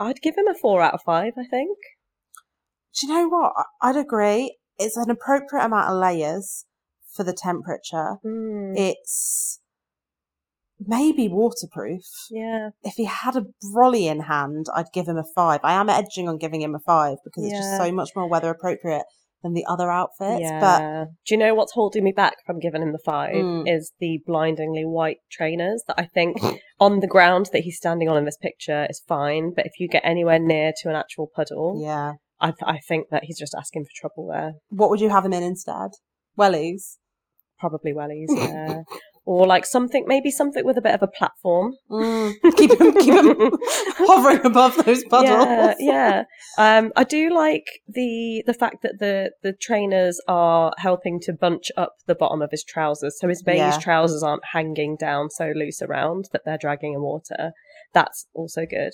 Speaker 2: I'd give him a four out of five. I think.
Speaker 1: Do you know what? I- I'd agree. It's an appropriate amount of layers for the temperature.
Speaker 2: Mm,
Speaker 1: It's maybe waterproof.
Speaker 2: yeah,
Speaker 1: If he had a brolly in hand, I'd give him a five. I am edging on giving him a five because it's just
Speaker 2: Yeah.
Speaker 1: so much more weather appropriate than the other outfits. But
Speaker 2: yeah. Do you know what's holding me back from giving him the five?
Speaker 1: Mm.
Speaker 2: Is the blindingly white trainers that I think on the ground that he's standing on in this picture is fine, but if you get anywhere near to an actual puddle,
Speaker 1: yeah.
Speaker 2: I, th- I think that he's just asking for trouble there.
Speaker 1: What would you have him in instead? Wellies.
Speaker 2: Probably wellies, yeah. or like something, maybe something with a bit of a platform.
Speaker 1: Mm. keep him, keep him hovering above those puddles.
Speaker 2: Yeah, yeah. Um, I do like the the fact that the the trainers are helping to bunch up the bottom of his trousers, so his beige
Speaker 1: Yeah.
Speaker 2: trousers aren't hanging down so loose around that they're dragging in water. That's also good.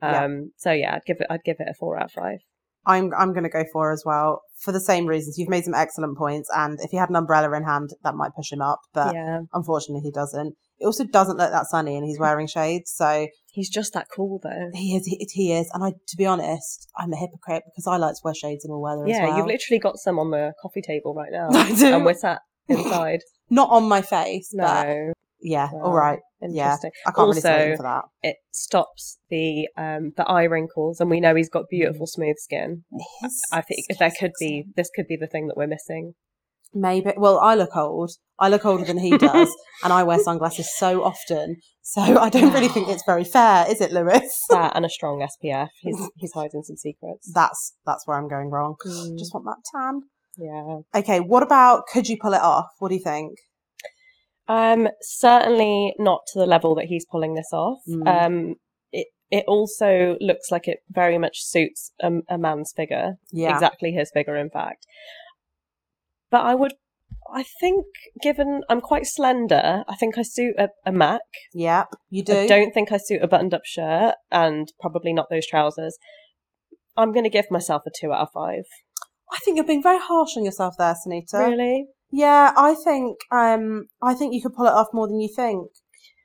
Speaker 1: Yeah.
Speaker 2: Um, So yeah, I'd give it I'd give it a four out of five.
Speaker 1: I'm I'm going to go for as well for the same reasons. You've made some excellent points, and if he had an umbrella in hand, that might push him up. But
Speaker 2: yeah,
Speaker 1: unfortunately, he doesn't. It also doesn't look that sunny, and he's wearing shades, so
Speaker 2: he's just that cool though.
Speaker 1: he is he, he is. And I, to be honest, I'm a hypocrite because I like to wear shades in all weather
Speaker 2: Yeah,
Speaker 1: as well.
Speaker 2: you've literally got some on the coffee table right now.
Speaker 1: I do.
Speaker 2: and we're sat inside.
Speaker 1: Not on my face, but
Speaker 2: No.
Speaker 1: yeah,
Speaker 2: Well,
Speaker 1: all right.
Speaker 2: Interesting.
Speaker 1: I can't really
Speaker 2: Also-
Speaker 1: say anything for that.
Speaker 2: It stops the um the eye wrinkles and we know he's
Speaker 1: Mm.
Speaker 2: got beautiful smooth skin.
Speaker 1: His
Speaker 2: I think
Speaker 1: skin
Speaker 2: there could be
Speaker 1: is-
Speaker 2: this could be the thing that we're missing.
Speaker 1: maybe. Well, I look old. I look older than he does, and I wear sunglasses so often. So I don't really think it's very fair, is it, Lewis?
Speaker 2: That and a strong SPF. He's he's hiding some secrets.
Speaker 1: that's that's where I'm going wrong.
Speaker 2: Mm.
Speaker 1: Just want that tan.
Speaker 2: Yeah.
Speaker 1: Okay, what about could you pull it off? What do you think?
Speaker 2: Um certainly not to the level that he's pulling this off.
Speaker 1: Mm.
Speaker 2: Um it it also looks like it very much suits a, a man's figure.
Speaker 1: Yeah,
Speaker 2: exactly his figure in fact but i would i think given i'm quite slender i think i suit a, a mac
Speaker 1: yeah, you do.
Speaker 2: i don't think i suit a buttoned up shirt and probably not those trousers i'm going to give myself a two out of five
Speaker 1: I think you're being very harsh on yourself there, Sunita.
Speaker 2: really
Speaker 1: Yeah, I think um, I think you could pull it off more than you think.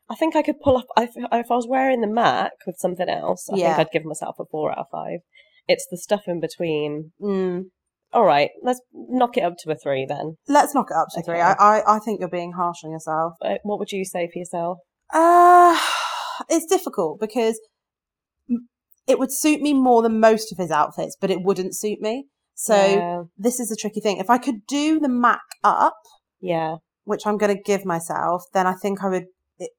Speaker 2: i think i could pull up I, th- if i was wearing the mac with something else i
Speaker 1: Yeah.
Speaker 2: think i'd give myself a four out of five it's the stuff in between
Speaker 1: Mm.
Speaker 2: all right, let's knock it up to a three then.
Speaker 1: Let's knock it up to
Speaker 2: Okay.
Speaker 1: three. I, I, I think you're being harsh on yourself.
Speaker 2: Uh, What would you say for yourself?
Speaker 1: Uh, it's difficult because m- it would suit me more than most of his outfits, but it wouldn't suit me. So
Speaker 2: yeah,
Speaker 1: this is a tricky thing. If I could do the Mac up,
Speaker 2: yeah,
Speaker 1: which I'm going to give myself, then I think I would. It,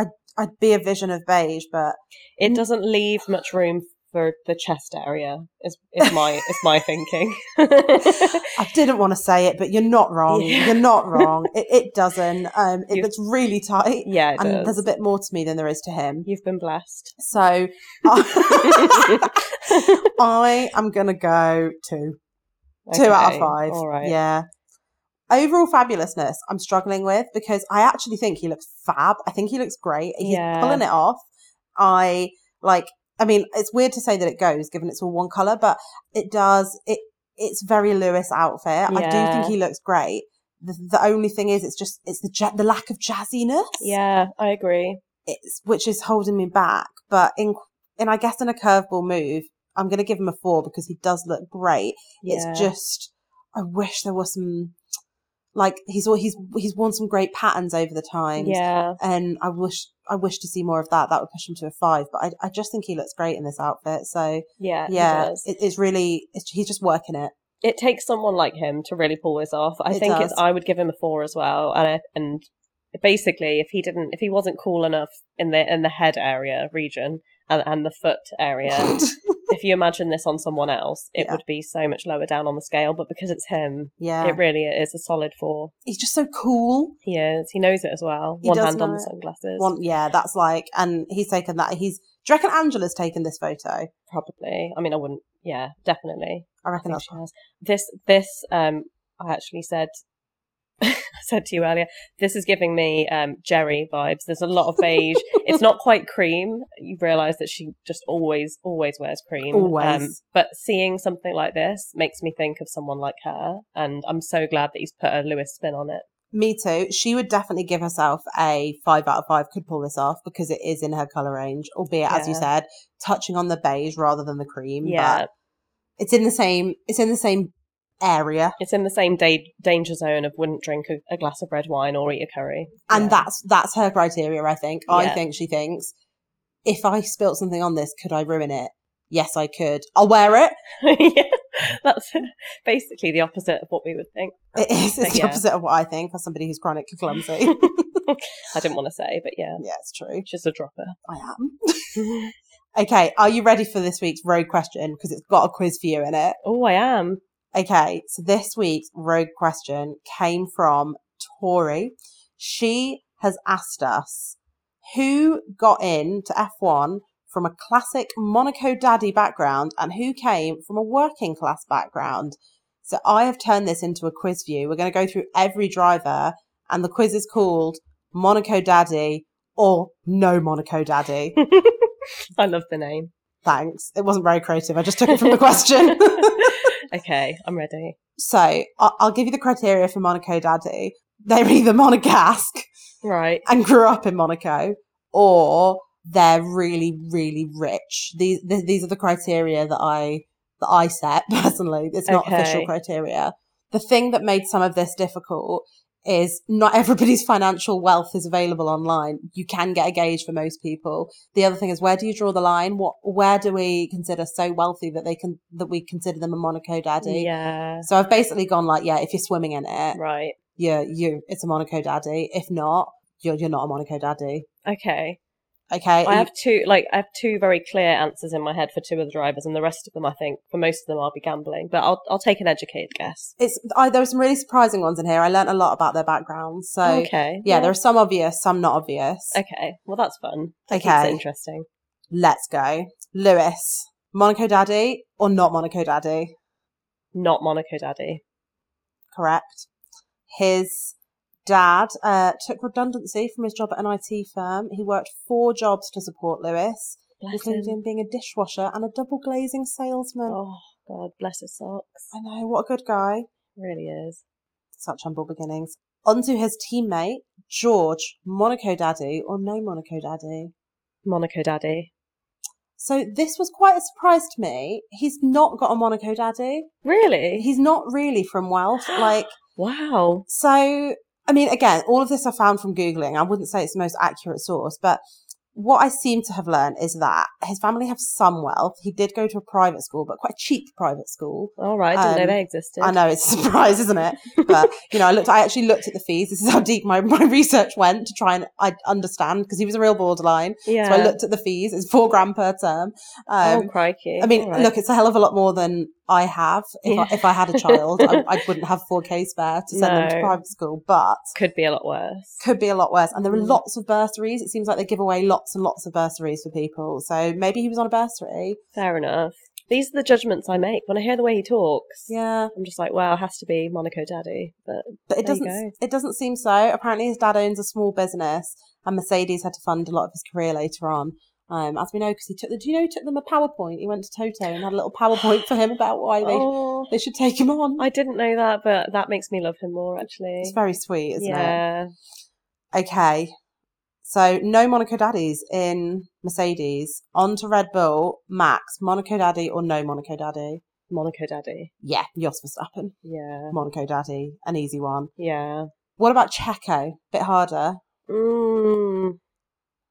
Speaker 1: I'd, I'd be a vision of beige, but
Speaker 2: it
Speaker 1: Mm.
Speaker 2: doesn't leave much room for the chest area. Is is my is my thinking?
Speaker 1: I didn't want to say it. But you're not wrong.
Speaker 2: Yeah.
Speaker 1: You're not wrong. it, it doesn't. Um, it
Speaker 2: You-
Speaker 1: looks really tight,
Speaker 2: yeah, it
Speaker 1: and
Speaker 2: does.
Speaker 1: there's a bit more to me than there is to him.
Speaker 2: You've been blessed.
Speaker 1: So I, I am going to go two. Two out of
Speaker 2: Okay,
Speaker 1: five.
Speaker 2: All right.
Speaker 1: Yeah. Overall fabulousness, I'm struggling with because I actually think he looks fab. I think he looks great. He's
Speaker 2: Yeah.
Speaker 1: pulling it off. I like. I mean, it's weird to say that it goes, given it's all one color, but it does. It it's very Lewis outfit. I do
Speaker 2: Yeah.
Speaker 1: think he looks great. The, the only thing is, it's just it's the ja- the lack of jazziness.
Speaker 2: Yeah, I agree.
Speaker 1: It's which is holding me back. But in and I guess in a curveball move, I'm going to give him a four because he does look great.
Speaker 2: Yeah.
Speaker 1: It's just I wish there was some like he's al- he's he's worn some great patterns over the times.
Speaker 2: yeah.
Speaker 1: And I wish I wish to see more of that. That would push him to a five. But I, I just think he looks great in this outfit. So
Speaker 2: Yeah,
Speaker 1: yeah,
Speaker 2: it, does.
Speaker 1: it, it's really it's, he's just working it.
Speaker 2: It takes someone like him to really pull this off. I
Speaker 1: It
Speaker 2: think
Speaker 1: does.
Speaker 2: it's I would give him a four as well, and I, and basically if he didn't if he wasn't cool enough in the in the head area region and, and the foot area, if you imagine this on someone else, it
Speaker 1: Yeah.
Speaker 2: would be so much lower down on the scale. But because it's him,
Speaker 1: yeah,
Speaker 2: it really is a solid four.
Speaker 1: he's just so cool.
Speaker 2: He is. He knows it as well.
Speaker 1: He
Speaker 2: One
Speaker 1: does
Speaker 2: hand on
Speaker 1: know
Speaker 2: the
Speaker 1: it.
Speaker 2: sunglasses,
Speaker 1: One, yeah, that's like, and he's taken that. He's do you reckon Angela's taken this photo?
Speaker 2: probably. I mean, I wouldn't. Yeah, definitely.
Speaker 1: I
Speaker 2: I
Speaker 1: reckon
Speaker 2: think
Speaker 1: that's
Speaker 2: she has. This, this, um, I actually said, I said to you earlier, this is giving me um, Jerry vibes. There's a lot of beige. it's not quite cream. You realise that she just always, always wears cream. Um,
Speaker 1: Always.
Speaker 2: but seeing something like this makes me think of someone like her, and I'm so glad that he's put a Lewis spin on it.
Speaker 1: Me too. She would definitely give herself a five out of five. Could pull this off because it is in her color range, albeit as you
Speaker 2: Yeah.
Speaker 1: said, touching on the beige rather than the cream.
Speaker 2: yeah,
Speaker 1: but it's in the same. It's in the same area,
Speaker 2: it's in the same da- danger zone of wouldn't drink a, a glass of red wine or eat a curry.
Speaker 1: and
Speaker 2: Yeah.
Speaker 1: that's that's her criteria. I think. I
Speaker 2: Yeah.
Speaker 1: think she thinks if I spilt something on this, could I ruin it? Yes, I could. I'll wear it.
Speaker 2: yeah, that's basically the opposite of what we would think.
Speaker 1: It is. It's the
Speaker 2: Yeah.
Speaker 1: opposite of what I think for somebody who's chronic clumsy.
Speaker 2: I didn't want to say, but yeah,
Speaker 1: yeah, it's true.
Speaker 2: she's a dropper.
Speaker 1: I am. Okay, are you ready for this week's road question? Because it's got a quiz for you in it.
Speaker 2: oh, I am.
Speaker 1: Okay, so this week's rogue question came from Tori. She has asked us who got into F1 from a classic Monaco daddy background and who came from a working class background. So I have turned this into a quiz view. We're going to go through every driver, and the quiz is called Monaco Daddy or No Monaco Daddy.
Speaker 2: I love the name.
Speaker 1: Thanks. It wasn't very creative. I just took it from the question.
Speaker 2: okay, I'm ready.
Speaker 1: So I- I'll give you the criteria for Monaco Daddy. They're either Monegasque
Speaker 2: Right.
Speaker 1: and grew up in Monaco, or they're really, really rich. These th- these are the criteria that I that I set personally. It's not official
Speaker 2: Okay.
Speaker 1: criteria. The thing that made some of this difficult is not everybody's financial wealth is available online. You can get a gauge for most people. The other thing is where do you draw the line? What where do we consider so wealthy that they can that we consider them a Monaco daddy?
Speaker 2: Yeah.
Speaker 1: So I've basically gone like, yeah, if you're swimming in it,
Speaker 2: Right.
Speaker 1: yeah, you it's a Monaco daddy. If not, you're you're not a Monaco daddy.
Speaker 2: Okay.
Speaker 1: Okay.
Speaker 2: I have two like I have two very clear answers in my head for two of the drivers and the rest of them I think for most of them I'll be gambling, but I'll I'll take an educated guess.
Speaker 1: it's I, there were some really surprising ones in here. I learnt a lot about their backgrounds. So
Speaker 2: okay.
Speaker 1: yeah, there are some obvious, some not obvious.
Speaker 2: Okay. Well that's fun. That keeps it
Speaker 1: Okay.
Speaker 2: interesting.
Speaker 1: Let's go. Lewis, Monaco daddy or not Monaco daddy?
Speaker 2: Not Monaco Daddy.
Speaker 1: Correct. His dad uh, took redundancy from his job at an IT firm. He worked four jobs to support Lewis,
Speaker 2: Bless him.
Speaker 1: including being a dishwasher and a double glazing salesman.
Speaker 2: Oh God, bless his socks.
Speaker 1: I know, what a good guy.
Speaker 2: Really is.
Speaker 1: Such humble beginnings. Onto his teammate, George, Monaco Daddy or no Monaco Daddy.
Speaker 2: Monaco Daddy.
Speaker 1: So this was quite a surprise to me. He's not got a Monaco daddy.
Speaker 2: Really?
Speaker 1: He's not really from Welsh. Like,
Speaker 2: Wow.
Speaker 1: so, I mean, again, all of this I found from Googling. I wouldn't say it's the most accurate source, but what I seem to have learned is that his family have some wealth. He did go to a private school, but quite a cheap private school.
Speaker 2: All right. I didn't
Speaker 1: Um,
Speaker 2: know they existed.
Speaker 1: I know it's a surprise, isn't it? But you know, I looked. I actually looked at the fees. This is how deep my, my research went to try and I understand because he was a real borderline.
Speaker 2: Yeah.
Speaker 1: So I looked at the fees. It's four grand per term. Um,
Speaker 2: oh, crikey.
Speaker 1: I mean,
Speaker 2: All right.
Speaker 1: look, it's a hell of a lot more than I have. If I, if I had a child, I, I wouldn't have four k spare to send them to
Speaker 2: No.
Speaker 1: private school. But
Speaker 2: Could be a lot worse.
Speaker 1: could be a lot worse. And there are
Speaker 2: Mm.
Speaker 1: lots of bursaries. It seems like they give away lots and lots of bursaries for people. So maybe he was on a bursary.
Speaker 2: Fair enough. These are the judgments I make when I hear the way he talks.
Speaker 1: Yeah,
Speaker 2: I'm just like, wow, has to be Monaco Daddy. But
Speaker 1: but it
Speaker 2: There you
Speaker 1: doesn't. It doesn't seem so. Apparently, his dad owns a small business, and Mercedes had to fund a lot of his career later on. Um, as we know, because he took the. Do you know he took them a PowerPoint? He went to Toto and had a little PowerPoint for him about why they
Speaker 2: oh,
Speaker 1: they should take him on.
Speaker 2: I didn't know that, but that makes me love him more actually.
Speaker 1: It's very sweet, isn't it?
Speaker 2: yeah.
Speaker 1: Okay. So no Monaco daddies in Mercedes. On to Red Bull, Max, Monaco daddy or no Monaco daddy?
Speaker 2: Monaco Daddy.
Speaker 1: Yeah, Jos Verstappen,
Speaker 2: Yeah.
Speaker 1: Monaco daddy, an easy one.
Speaker 2: Yeah.
Speaker 1: What about Checo? Bit harder.
Speaker 2: Mm,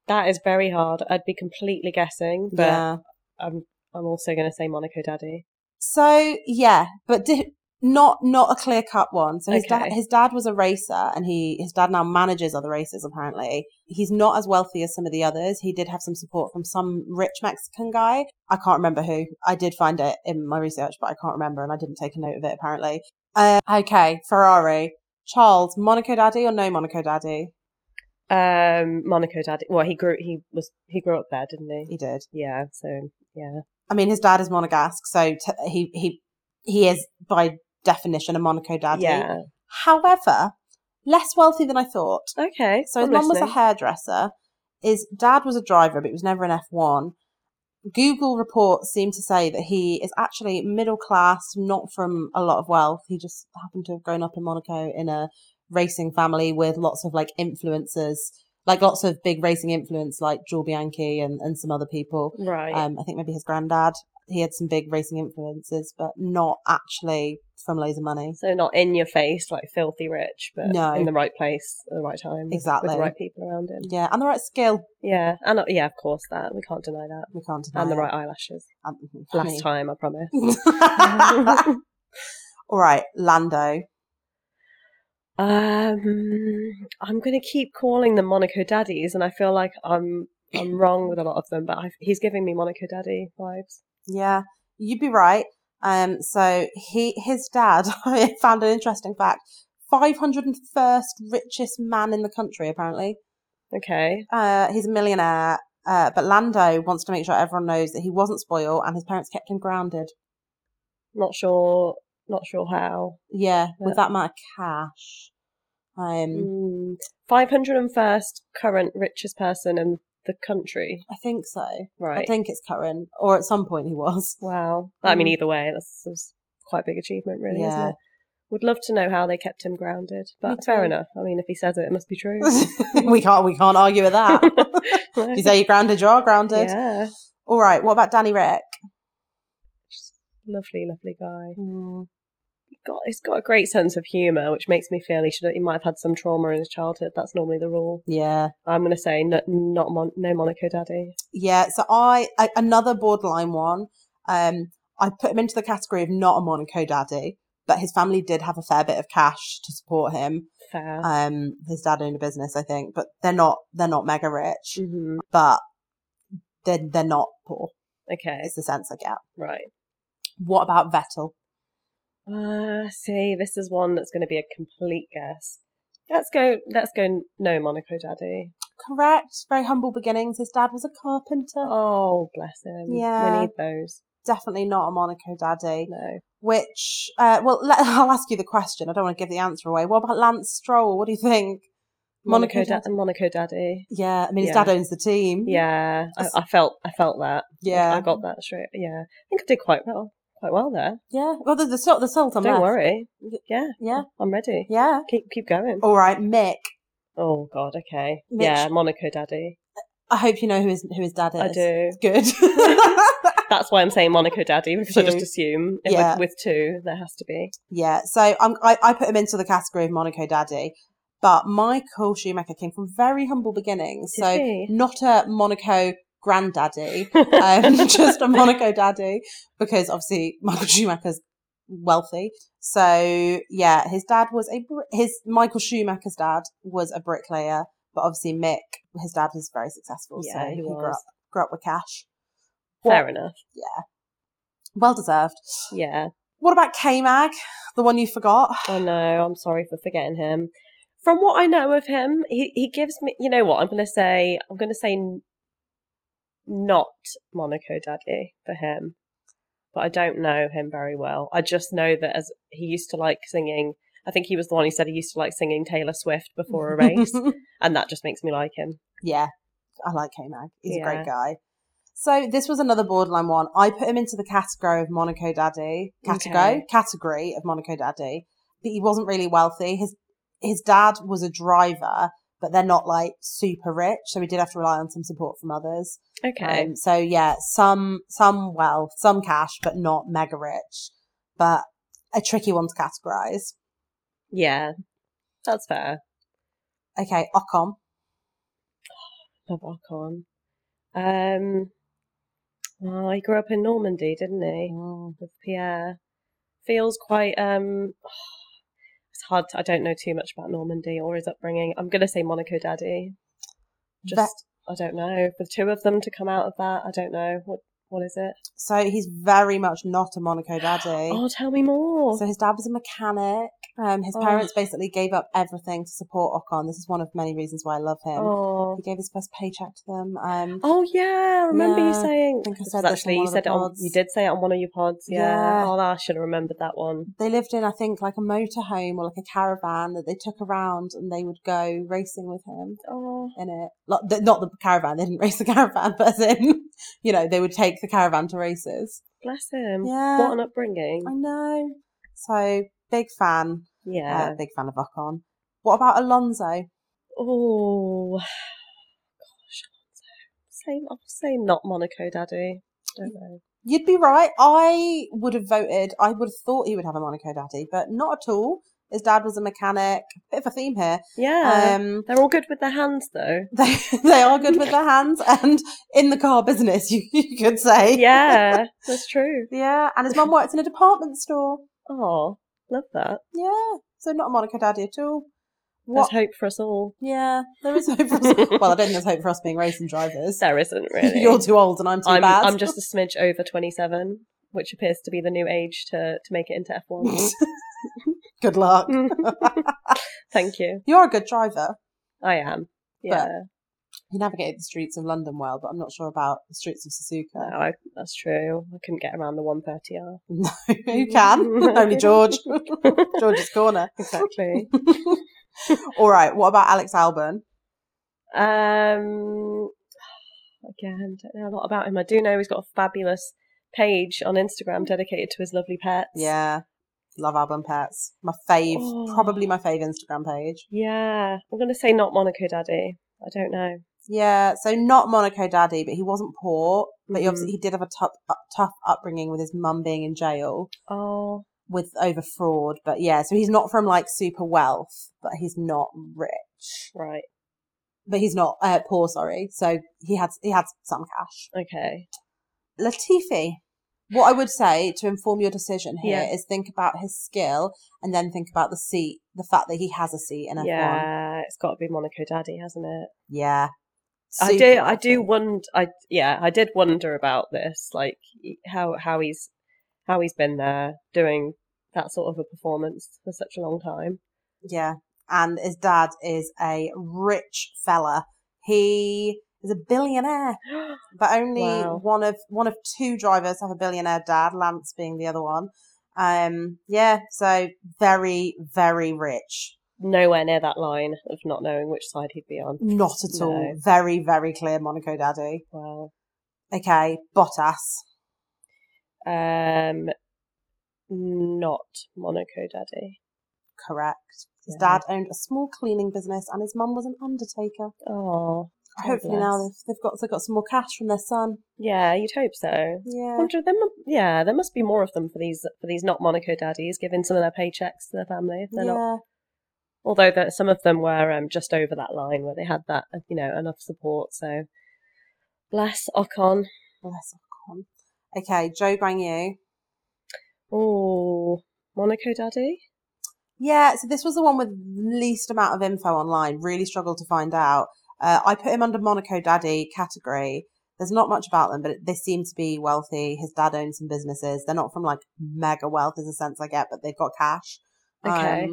Speaker 2: that is very hard. I'd be completely guessing, but
Speaker 1: yeah.
Speaker 2: I'm I'm also going to say Monaco Daddy.
Speaker 1: So yeah, but di- not not a clear cut one. So his dad
Speaker 2: Okay.
Speaker 1: his dad was a racer, and he his dad now manages other racers. Apparently, he's not as wealthy as some of the others. He did have some support from some rich Mexican guy. I can't remember who. I did find it in my research, but I can't remember, and I didn't take a note of it. Apparently, uh, okay, Ferrari. Charles, Monaco daddy or no Monaco daddy?
Speaker 2: Um, Monaco Daddy. Well, he grew he was he grew up there, didn't he?
Speaker 1: He did.
Speaker 2: Yeah. So yeah.
Speaker 1: I mean, his dad is Monegasque, so t- he he he is by definition a Monaco daddy.
Speaker 2: Yeah.
Speaker 1: However, less wealthy than I thought.
Speaker 2: Okay.
Speaker 1: So his
Speaker 2: I'm
Speaker 1: mum was a
Speaker 2: listening.
Speaker 1: hairdresser. His dad was a driver, but he was never an F1. Google reports seem to say that he is actually middle class, not from a lot of wealth. He just happened to have grown up in Monaco in a racing family with lots of like influencers, like lots of big racing influence, like Joel Bianchi and, and some other people.
Speaker 2: right.
Speaker 1: Um, I think maybe his granddad. He had some big racing influences, but not actually from loads of money.
Speaker 2: so not in your face, like filthy rich, but
Speaker 1: No.
Speaker 2: in the right place at the right time, with-
Speaker 1: Exactly.
Speaker 2: with the right people around him.
Speaker 1: Yeah, and the right skill.
Speaker 2: Yeah, and uh, yeah, of course that we can't deny that,
Speaker 1: We can't deny
Speaker 2: and the
Speaker 1: it.
Speaker 2: right eyelashes.
Speaker 1: Um, I
Speaker 2: Last
Speaker 1: mean-
Speaker 2: time, I promise.
Speaker 1: All right, Lando.
Speaker 2: Um, I'm going to keep calling them Monaco daddies, and I feel like I'm I'm wrong with a lot of them, but I, he's giving me Monaco daddy vibes.
Speaker 1: Yeah, you'd be right. Um, so he, his dad, I found an interesting fact. 501st richest man in the country, apparently.
Speaker 2: Okay,
Speaker 1: Uh, he's a millionaire, uh, but Lando wants to make sure everyone knows that he wasn't spoiled and his parents kept him grounded.
Speaker 2: not sure, not sure how.
Speaker 1: Yeah, with
Speaker 2: Yeah. Mm.
Speaker 1: that amount of cash. Um,
Speaker 2: Hmm, Five hundred and first current richest person in the country.
Speaker 1: I think so. I
Speaker 2: Right.
Speaker 1: think it's current, or at some point he was.
Speaker 2: Wow. I mean,
Speaker 1: Mm.
Speaker 2: either way, that's, that's quite a big achievement, really, isn't
Speaker 1: Yeah.
Speaker 2: it? Would love to know how they kept him grounded, but fair
Speaker 1: too.
Speaker 2: enough. I mean, if he says it, it must be true.
Speaker 1: we can't, we can't argue with that.
Speaker 2: No.
Speaker 1: you say you're grounded, you are grounded.
Speaker 2: Yeah.
Speaker 1: All right. What about Danny Rick?
Speaker 2: Lovely, lovely guy. Mm. got he's got a great sense of humor, which makes me feel he should he might have had some trauma in his childhood. That's normally the rule.
Speaker 1: Yeah,
Speaker 2: I'm going to say no, not mon- no Monaco daddy.
Speaker 1: yeah. So I a- another borderline one. Um, I put him into the category of not a Monaco daddy, but his family did have a fair bit of cash to support him.
Speaker 2: Fair.
Speaker 1: Um, his dad owned a business, I think, but they're not they're not mega rich,
Speaker 2: Mhm.
Speaker 1: but they're they're not poor.
Speaker 2: Okay,
Speaker 1: It's the sense I get.
Speaker 2: right.
Speaker 1: What about Vettel?
Speaker 2: Uh, see, this is one that's going to be a complete guess. Let's go. Let's go. No Monaco daddy.
Speaker 1: Correct. Very humble beginnings. His dad was a carpenter.
Speaker 2: Oh, bless him.
Speaker 1: Yeah.
Speaker 2: we need those.
Speaker 1: Definitely not a Monaco daddy.
Speaker 2: No.
Speaker 1: Which, uh, well, let, I'll ask you the question. I don't want to give the answer away. What about Lance Stroll? What do you think?
Speaker 2: Monaco,
Speaker 1: Monaco
Speaker 2: da- Monaco daddy.
Speaker 1: Yeah, I mean, his
Speaker 2: Yeah.
Speaker 1: dad owns the team.
Speaker 2: Yeah,
Speaker 1: Mm-hmm.
Speaker 2: I,
Speaker 1: That's-
Speaker 2: I felt. I felt that. I
Speaker 1: yeah,
Speaker 2: got that straight. Yeah, I think I did quite well. Quite well there.
Speaker 1: yeah. Well, the the salt, the salt on
Speaker 2: Don't
Speaker 1: there.
Speaker 2: worry. Yeah,
Speaker 1: Yeah,
Speaker 2: I'm ready.
Speaker 1: yeah.
Speaker 2: Keep keep going.
Speaker 1: All right, Mick.
Speaker 2: Oh God, okay.
Speaker 1: Mitch-
Speaker 2: Yeah, Monaco Daddy.
Speaker 1: I hope you know who his who his dad is.
Speaker 2: I do.
Speaker 1: Good.
Speaker 2: That's why I'm saying Monaco Daddy because I just
Speaker 1: Cute.
Speaker 2: assume if
Speaker 1: Yeah.
Speaker 2: with, with two there has to be.
Speaker 1: yeah. So I'm, I I put him into the category of Monaco daddy, but Michael Schumacher came from very humble beginnings.
Speaker 2: Did
Speaker 1: So
Speaker 2: he?
Speaker 1: not a Monaco granddaddy, um, just a Monaco daddy because obviously Michael Schumacher's wealthy. So yeah, his dad was a br- his Michael Schumacher's dad was a bricklayer, but obviously Mick, his dad was very successful.
Speaker 2: Yeah,
Speaker 1: so
Speaker 2: he
Speaker 1: he grew
Speaker 2: was.
Speaker 1: up grew up with cash.
Speaker 2: Fair
Speaker 1: Well-
Speaker 2: enough.
Speaker 1: Well deserved.
Speaker 2: Yeah.
Speaker 1: What about K Mag, the one you forgot?
Speaker 2: I know. I'm sorry for forgetting him. From what I know of him, he he gives me. You know what? I'm going to say. I'm going to say n- not Monaco Daddy for him, but I don't know him very well. I just know that as he used to like singing. I think he was the one who said he used to like singing Taylor Swift before a race, and that just makes me like him.
Speaker 1: yeah, I like K Mag. He's a
Speaker 2: Yeah.
Speaker 1: great guy. So this was another borderline one. I put him into the category of Monaco Daddy. Category
Speaker 2: Okay.
Speaker 1: category of Monaco Daddy. But he wasn't really wealthy. His his dad was a driver, but they're not like super rich, so he did have to rely on some support from others.
Speaker 2: Okay.
Speaker 1: Um, so yeah, some some wealth, some cash, but not mega rich. But a tricky one to categorize.
Speaker 2: yeah, that's fair.
Speaker 1: Okay, Ocon.
Speaker 2: Love Ocon. Um, well, he grew up in Normandy, didn't he? with Pierre feels quite um it's hard to, I don't know too much about Normandy or his upbringing. I'm going to say Monaco Daddy. Just I don't know. The two of them to come out of that, I don't know. What what is it?
Speaker 1: So he's very much not a Monaco daddy.
Speaker 2: Oh, tell me more.
Speaker 1: So his dad was a mechanic. Um, his
Speaker 2: Oh.
Speaker 1: parents basically gave up everything to support Ocon. This is one of many reasons why I love him.
Speaker 2: oh.
Speaker 1: He gave his first paycheck to them. Um,
Speaker 2: Oh yeah, I remember you
Speaker 1: Yeah,
Speaker 2: saying.
Speaker 1: think I
Speaker 2: It
Speaker 1: said
Speaker 2: was
Speaker 1: this on
Speaker 2: actually,
Speaker 1: one
Speaker 2: you
Speaker 1: of the
Speaker 2: said it on.
Speaker 1: pods.
Speaker 2: You did say it on one of your pods. Yeah.
Speaker 1: Yeah.
Speaker 2: Oh, I should have remembered that one.
Speaker 1: they lived in, I think, like a motorhome or like a caravan that they took around, and they would go racing with him.
Speaker 2: Oh.
Speaker 1: in it. Not the, not the caravan. They didn't race the caravan, but as in, you know, they would take the caravan to races.
Speaker 2: Bless him.
Speaker 1: Yeah.
Speaker 2: Mm. What an upbringing.
Speaker 1: I know. So big fan,
Speaker 2: Yeah.
Speaker 1: uh, big fan of Ocon. What about Alonso?
Speaker 2: Oh, gosh, say I'll say not Monaco, Daddy. Don't
Speaker 1: Mm.
Speaker 2: know.
Speaker 1: You'd be right. I would have voted. I would have thought he would have a Monaco daddy, but not at all. His dad was a mechanic. Bit of a theme here.
Speaker 2: Yeah,
Speaker 1: Um,
Speaker 2: they're all good with their hands though.
Speaker 1: they they are good with their hands and in the car business. You, you could say.
Speaker 2: Yeah, that's true.
Speaker 1: Yeah. And his mum works in a department store.
Speaker 2: Oh, love that.
Speaker 1: Yeah. So not a Monaco daddy at all.
Speaker 2: There's hope for us all.
Speaker 1: Yeah, there is hope for us. well, I don't think there's hope for us being racing drivers.
Speaker 2: There isn't really.
Speaker 1: You're too old and I'm too
Speaker 2: I'm
Speaker 1: bad.
Speaker 2: I'm just a smidge over 27, which appears to be the new age to to make it into F1.
Speaker 1: good luck.
Speaker 2: Mm. Thank you.
Speaker 1: You're a good driver.
Speaker 2: I am. Yeah,
Speaker 1: You navigated the streets of London well, but I'm not sure about the streets of Suzuka.
Speaker 2: no, I, that's true. I couldn't get around the 130R.
Speaker 1: Who can? Only George. George's corner.
Speaker 2: exactly.
Speaker 1: All right. What about Alex Alban?
Speaker 2: Um, again, don't know a lot about him. I do know he's got a fabulous page on Instagram dedicated to his lovely pets.
Speaker 1: Yeah, love Alban pets. My fave,
Speaker 2: Oh.
Speaker 1: probably my fave Instagram page.
Speaker 2: yeah. I'm gonna say not Monaco Daddy. I don't know.
Speaker 1: Yeah, so not Monaco daddy, but he wasn't poor. But he
Speaker 2: Mhm.
Speaker 1: obviously he did have a tough, uh, tough upbringing with his mum being in jail.
Speaker 2: Oh,
Speaker 1: with over fraud, but yeah, so he's not from like super wealth, but he's not rich,
Speaker 2: right.
Speaker 1: but he's not uh, poor. Sorry, so he had he had some cash.
Speaker 2: Okay.
Speaker 1: Latifi, what I would say to inform your decision here is
Speaker 2: Yeah.
Speaker 1: think about his skill and then think about the seat, the fact that he has a seat in F one.
Speaker 2: Yeah, it's got to be Monaco Daddy, hasn't it?
Speaker 1: Yeah,
Speaker 2: I
Speaker 1: Super
Speaker 2: do. I do
Speaker 1: wealthy.
Speaker 2: wonder. I yeah. I did wonder about this, like how how he's how he's been there doing that sort of a performance for such a long time.
Speaker 1: Yeah, and his dad is a rich fella. He is a billionaire. but only
Speaker 2: Wow.
Speaker 1: one of one of two drivers have a billionaire dad, Lance being the other one. Um, yeah, so very very rich.
Speaker 2: nowhere near that line of not knowing which side he'd be on.
Speaker 1: Not at all.
Speaker 2: No.
Speaker 1: Very very clear Monaco daddy.
Speaker 2: Wow.
Speaker 1: Okay, Bottas.
Speaker 2: Um, not Monaco Daddy.
Speaker 1: Correct. His
Speaker 2: Yeah.
Speaker 1: dad owned a small cleaning business and his mum was an undertaker.
Speaker 2: Oh, God
Speaker 1: Hopefully now
Speaker 2: bless.
Speaker 1: they've, they've got they've got some more cash from their son.
Speaker 2: Yeah, you'd hope so. I
Speaker 1: Yeah.
Speaker 2: wonder there. mu- Yeah, there must be more of them for these for these not Monaco daddies giving some of their paychecks to their family. If they're
Speaker 1: yeah.
Speaker 2: not, although there, some of them were um, just over that line where they had that uh, you know enough support. So bless Ocon.
Speaker 1: Bless Ocon. Okay, Joe Granu.
Speaker 2: Oh, Monaco daddy.
Speaker 1: Yeah, so this was the one with least amount of info online. Really struggled to find out. Uh, I put him under Monaco Daddy category. There's not much about them, but they seem to be wealthy. His dad owns some businesses. They're not from like mega wealth, is a sense I get, but they've got cash. Um,
Speaker 2: Okay.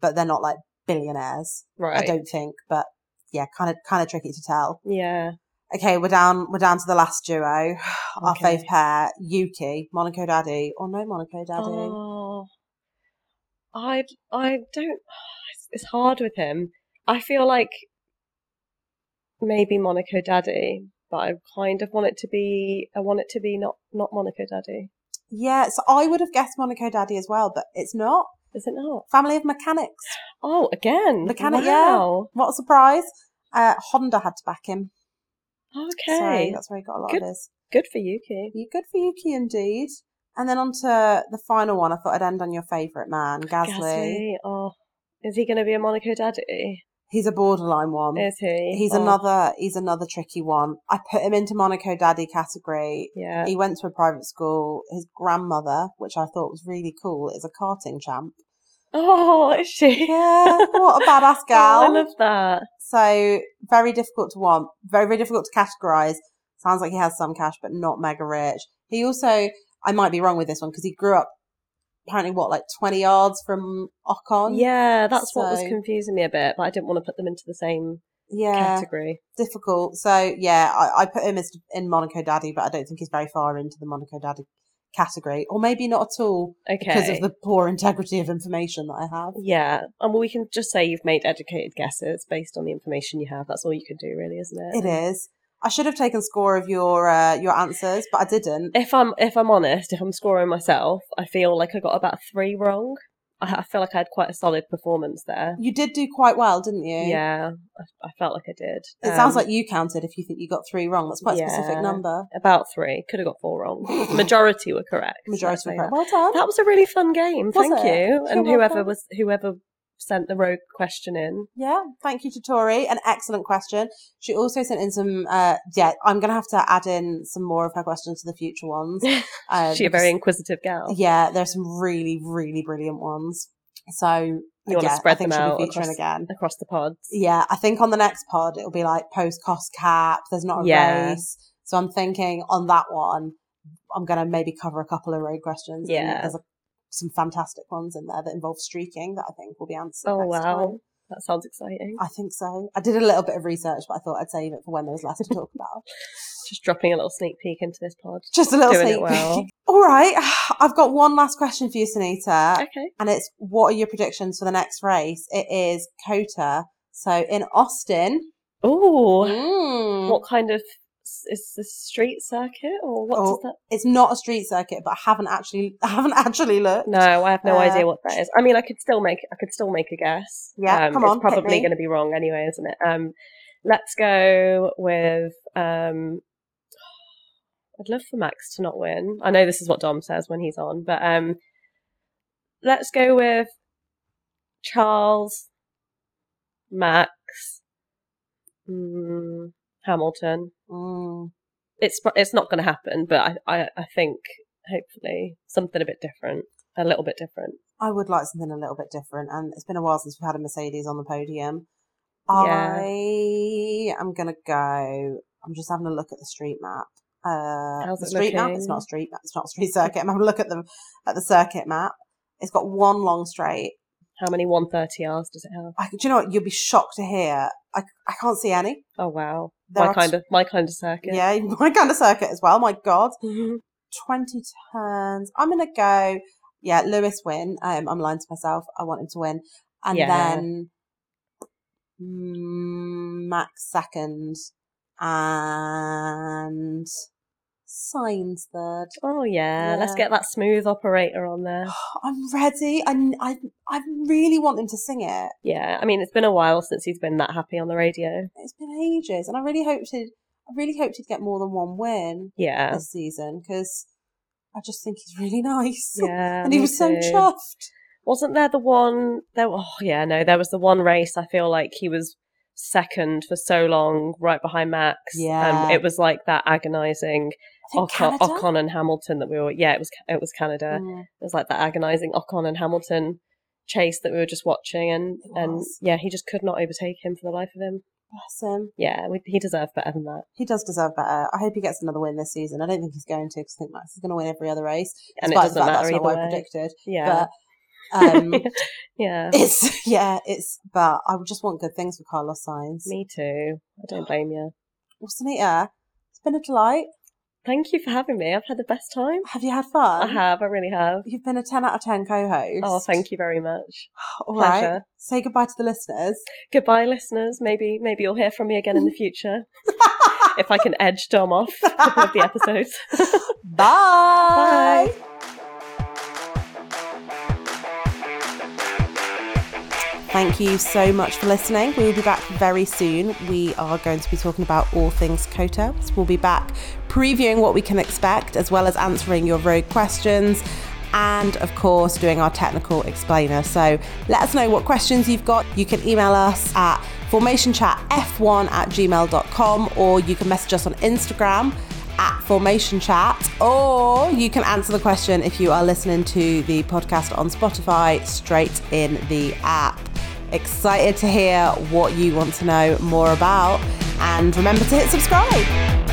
Speaker 1: but they're not like billionaires, I
Speaker 2: Right.
Speaker 1: don't think. But yeah, kind of kind of tricky to tell.
Speaker 2: yeah.
Speaker 1: Okay, we're down. We're down to the last duo. Our
Speaker 2: Okay.
Speaker 1: fave pair: Yuki, Monaco Daddy, or no Monaco Daddy.
Speaker 2: Oh, I I don't. it's- It's hard with him. I feel like maybe Monaco Daddy, but I kind of want it to be. I want it to be not not Monaco Daddy.
Speaker 1: Yeah, so I would have guessed Monaco Daddy as well, but it's not.
Speaker 2: Is it not?
Speaker 1: Family of mechanics.
Speaker 2: Oh, again.
Speaker 1: Mechanic, yeah.
Speaker 2: wow.
Speaker 1: What a surprise. Uh, Honda had to back him.
Speaker 2: Okay.
Speaker 1: So that's where he got a lot
Speaker 2: Good.
Speaker 1: of his.
Speaker 2: Good for Yuki.
Speaker 1: You good for Yuki indeed. And then on to the final one. I thought I'd end on your favourite man, Gasly.
Speaker 2: Gasly. Oh, is he going to be a Monaco Daddy?
Speaker 1: He's a borderline one.
Speaker 2: Is he?
Speaker 1: Mm. He's
Speaker 2: Oh,
Speaker 1: another he's another tricky one. I put him into Monaco Daddy category.
Speaker 2: Yeah.
Speaker 1: He went to a private school. His grandmother, which I thought was really cool, is a karting champ.
Speaker 2: Oh, is she?
Speaker 1: Yeah, what a badass gal.
Speaker 2: Oh, I love that.
Speaker 1: So very difficult to want, very, very difficult to categorize. Sounds like he has some cash, but not mega rich. He also, I might be wrong with this one because he grew up apparently what, like 20 yards from Ocon?
Speaker 2: Yeah, that's what was
Speaker 1: So-
Speaker 2: confusing me a bit, but I didn't want to put them into the same
Speaker 1: Yeah.
Speaker 2: category.
Speaker 1: Difficult. So yeah, I, I put him as in Monaco Daddy, but I don't think he's very far into the Monaco Daddy category or maybe not at all
Speaker 2: Okay.
Speaker 1: because of the poor integrity of information that I have.
Speaker 2: yeah, and well, we can just say you've made educated guesses based on the information you have. That's all you can do, really, isn't it?
Speaker 1: It is. I should have taken score of your uh, your answers, but I didn't.
Speaker 2: If I'm if I'm honest, if I'm scoring myself, I feel like I got about three wrong. I, I feel like I had quite a solid performance there.
Speaker 1: You did do quite well, didn't you?
Speaker 2: Yeah, I, I felt like I did. Um,
Speaker 1: It sounds like you counted if you think you got three wrong. That's quite a
Speaker 2: yeah.
Speaker 1: specific number.
Speaker 2: about three. Could have got four wrong. Majority were correct.
Speaker 1: Majority
Speaker 2: let's say
Speaker 1: were
Speaker 2: that.
Speaker 1: correct. Well done.
Speaker 2: That was a really fun game.
Speaker 1: Was it?
Speaker 2: Thank you.
Speaker 1: You're
Speaker 2: And whoever
Speaker 1: welcome.
Speaker 2: was whoever sent the rogue question in.
Speaker 1: yeah, thank you to Tori. An excellent question. She also sent in some. Uh, yeah, I'm going to have to add in some more of her questions to the future ones. Um,
Speaker 2: she a very inquisitive gal.
Speaker 1: Yeah, there's some really, really brilliant ones. So
Speaker 2: You wanna
Speaker 1: yeah,
Speaker 2: spread
Speaker 1: I think
Speaker 2: them
Speaker 1: she'll
Speaker 2: out
Speaker 1: be featuring
Speaker 2: across-
Speaker 1: again.
Speaker 2: Across the pods.
Speaker 1: Yeah, I think on the next pod it'll be like post cost cap. There's not a
Speaker 2: Yeah.
Speaker 1: race, so I'm thinking on that one I'm gonna maybe cover a couple of road questions. and
Speaker 2: Yeah.
Speaker 1: there's a, some fantastic ones in there that involve streaking that I think will be answered.
Speaker 2: Oh
Speaker 1: next
Speaker 2: wow.
Speaker 1: time.
Speaker 2: That sounds exciting.
Speaker 1: I think so. I did a little bit of research, but I thought I'd save it for when there was less to talk about.
Speaker 2: Just dropping a little sneak peek into this pod.
Speaker 1: Just a little
Speaker 2: Doing it
Speaker 1: sneak peek.
Speaker 2: well.
Speaker 1: All right, I've got one last question for you, Sunita.
Speaker 2: Okay.
Speaker 1: and it's what are your predictions for the next race? It is Kota. So in Austin,
Speaker 2: Oh,
Speaker 1: Mm.
Speaker 2: what kind of is this street circuit or what does
Speaker 1: Oh.
Speaker 2: that?
Speaker 1: it's not a street circuit, but I haven't actually I haven't actually looked.
Speaker 2: No, I have no
Speaker 1: Uh,
Speaker 2: idea what that is. I mean, I could still make I could still make a guess.
Speaker 1: Yeah,
Speaker 2: um,
Speaker 1: come on,
Speaker 2: it's
Speaker 1: hit
Speaker 2: probably
Speaker 1: me.
Speaker 2: going to be wrong anyway, isn't it? Um, let's go with. Um, I'd love for Max to not win. I know this is what Dom says when he's on, but um, let's go with Charles, Max, mm, Hamilton.
Speaker 1: Mm.
Speaker 2: It's pro- it's not going to happen, but I, I I think hopefully something a bit different, a little bit different.
Speaker 1: I would like something a little bit different, and it's been a while since we've had a Mercedes on the podium.
Speaker 2: Yeah.
Speaker 1: I am gonna go. I'm just having a look at the street map. Uh,
Speaker 2: How's
Speaker 1: the
Speaker 2: it
Speaker 1: street map. It's
Speaker 2: looking?
Speaker 1: not a street map. It's not a street circuit. I'm having a look at the at the circuit map. It's got one long straight.
Speaker 2: How many 130 hours does it have?
Speaker 1: I, do you know what? You'll be shocked to hear. I, I can't see any.
Speaker 2: Oh wow,
Speaker 1: There
Speaker 2: my
Speaker 1: are
Speaker 2: kind
Speaker 1: t-
Speaker 2: of my kind of circuit. Oh,
Speaker 1: Yeah, my kind of circuit as well. My God,
Speaker 2: Yeah.
Speaker 1: twenty turns. I'm gonna go. Yeah, Lewis win. Um, I'm lying to myself. I want him to win, and
Speaker 2: Yeah.
Speaker 1: then mm, Max second, and Signs third.
Speaker 2: Oh yeah, let's
Speaker 1: Yeah.
Speaker 2: get that smooth operator on there.
Speaker 1: I'm ready. I, I, I really want him to sing it.
Speaker 2: Yeah, I mean it's been a while since he's been that happy on the radio.
Speaker 1: It's been ages, and I really hoped he'd, I really hoped he'd get more than one win
Speaker 2: Yeah,
Speaker 1: this season because I just think he's really nice.
Speaker 2: yeah.
Speaker 1: and he
Speaker 2: me
Speaker 1: was so
Speaker 2: too.
Speaker 1: chuffed.
Speaker 2: Wasn't there the one? There. Oh yeah, no, there was the one race. I feel like he was second for so long, right behind Max.
Speaker 1: Yeah.
Speaker 2: um, it was like that agonising
Speaker 1: I think
Speaker 2: Ocon,
Speaker 1: Canada?
Speaker 2: Ocon and Hamilton that we were. Yeah, it was. It was Canada.
Speaker 1: Mm.
Speaker 2: It was like that agonising Ocon and Hamilton chase that we were just watching, and
Speaker 1: It
Speaker 2: and
Speaker 1: was.
Speaker 2: yeah, he just could not overtake him for the life of him.
Speaker 1: Bless him.
Speaker 2: Yeah, we, he deserved better than that.
Speaker 1: He does deserve better. I hope he gets another win this season. I don't think he's going to because I think Max is going to win every other race.
Speaker 2: And it
Speaker 1: despite
Speaker 2: doesn't
Speaker 1: the fact
Speaker 2: matter
Speaker 1: that's
Speaker 2: either
Speaker 1: not what I
Speaker 2: way.
Speaker 1: predicted.
Speaker 2: Yeah,
Speaker 1: But um,
Speaker 2: yeah.
Speaker 1: it's yeah, it's but I would just want good things for Carlos Sainz.
Speaker 2: Me too. I don't blame you.
Speaker 1: Well, Sunita, it's been a delight.
Speaker 2: Thank you for having me. I've had the best time.
Speaker 1: Have you had fun?
Speaker 2: I have. I really have.
Speaker 1: You've been a ten out of ten co-host.
Speaker 2: Oh, thank you very much.
Speaker 1: All right.
Speaker 2: Pleasure.
Speaker 1: Say goodbye to the listeners.
Speaker 2: Goodbye, listeners. Maybe maybe you'll hear from me again in the future if I can edge Dom off with the episodes.
Speaker 1: Bye. Thank you so much for listening. We will be back very soon. We are going to be talking about all things Kota. So We'll be back previewing what we can expect, as well as answering your rogue questions. And of course, doing our technical explainer. So let us know what questions you've got. You can email us at formationchatf1 at gmail.com or you can message us on Instagram at Formation Chat, or you can answer the question if you are listening to the podcast on Spotify straight in the app. Excited to hear what you want to know more about, and remember to hit subscribe.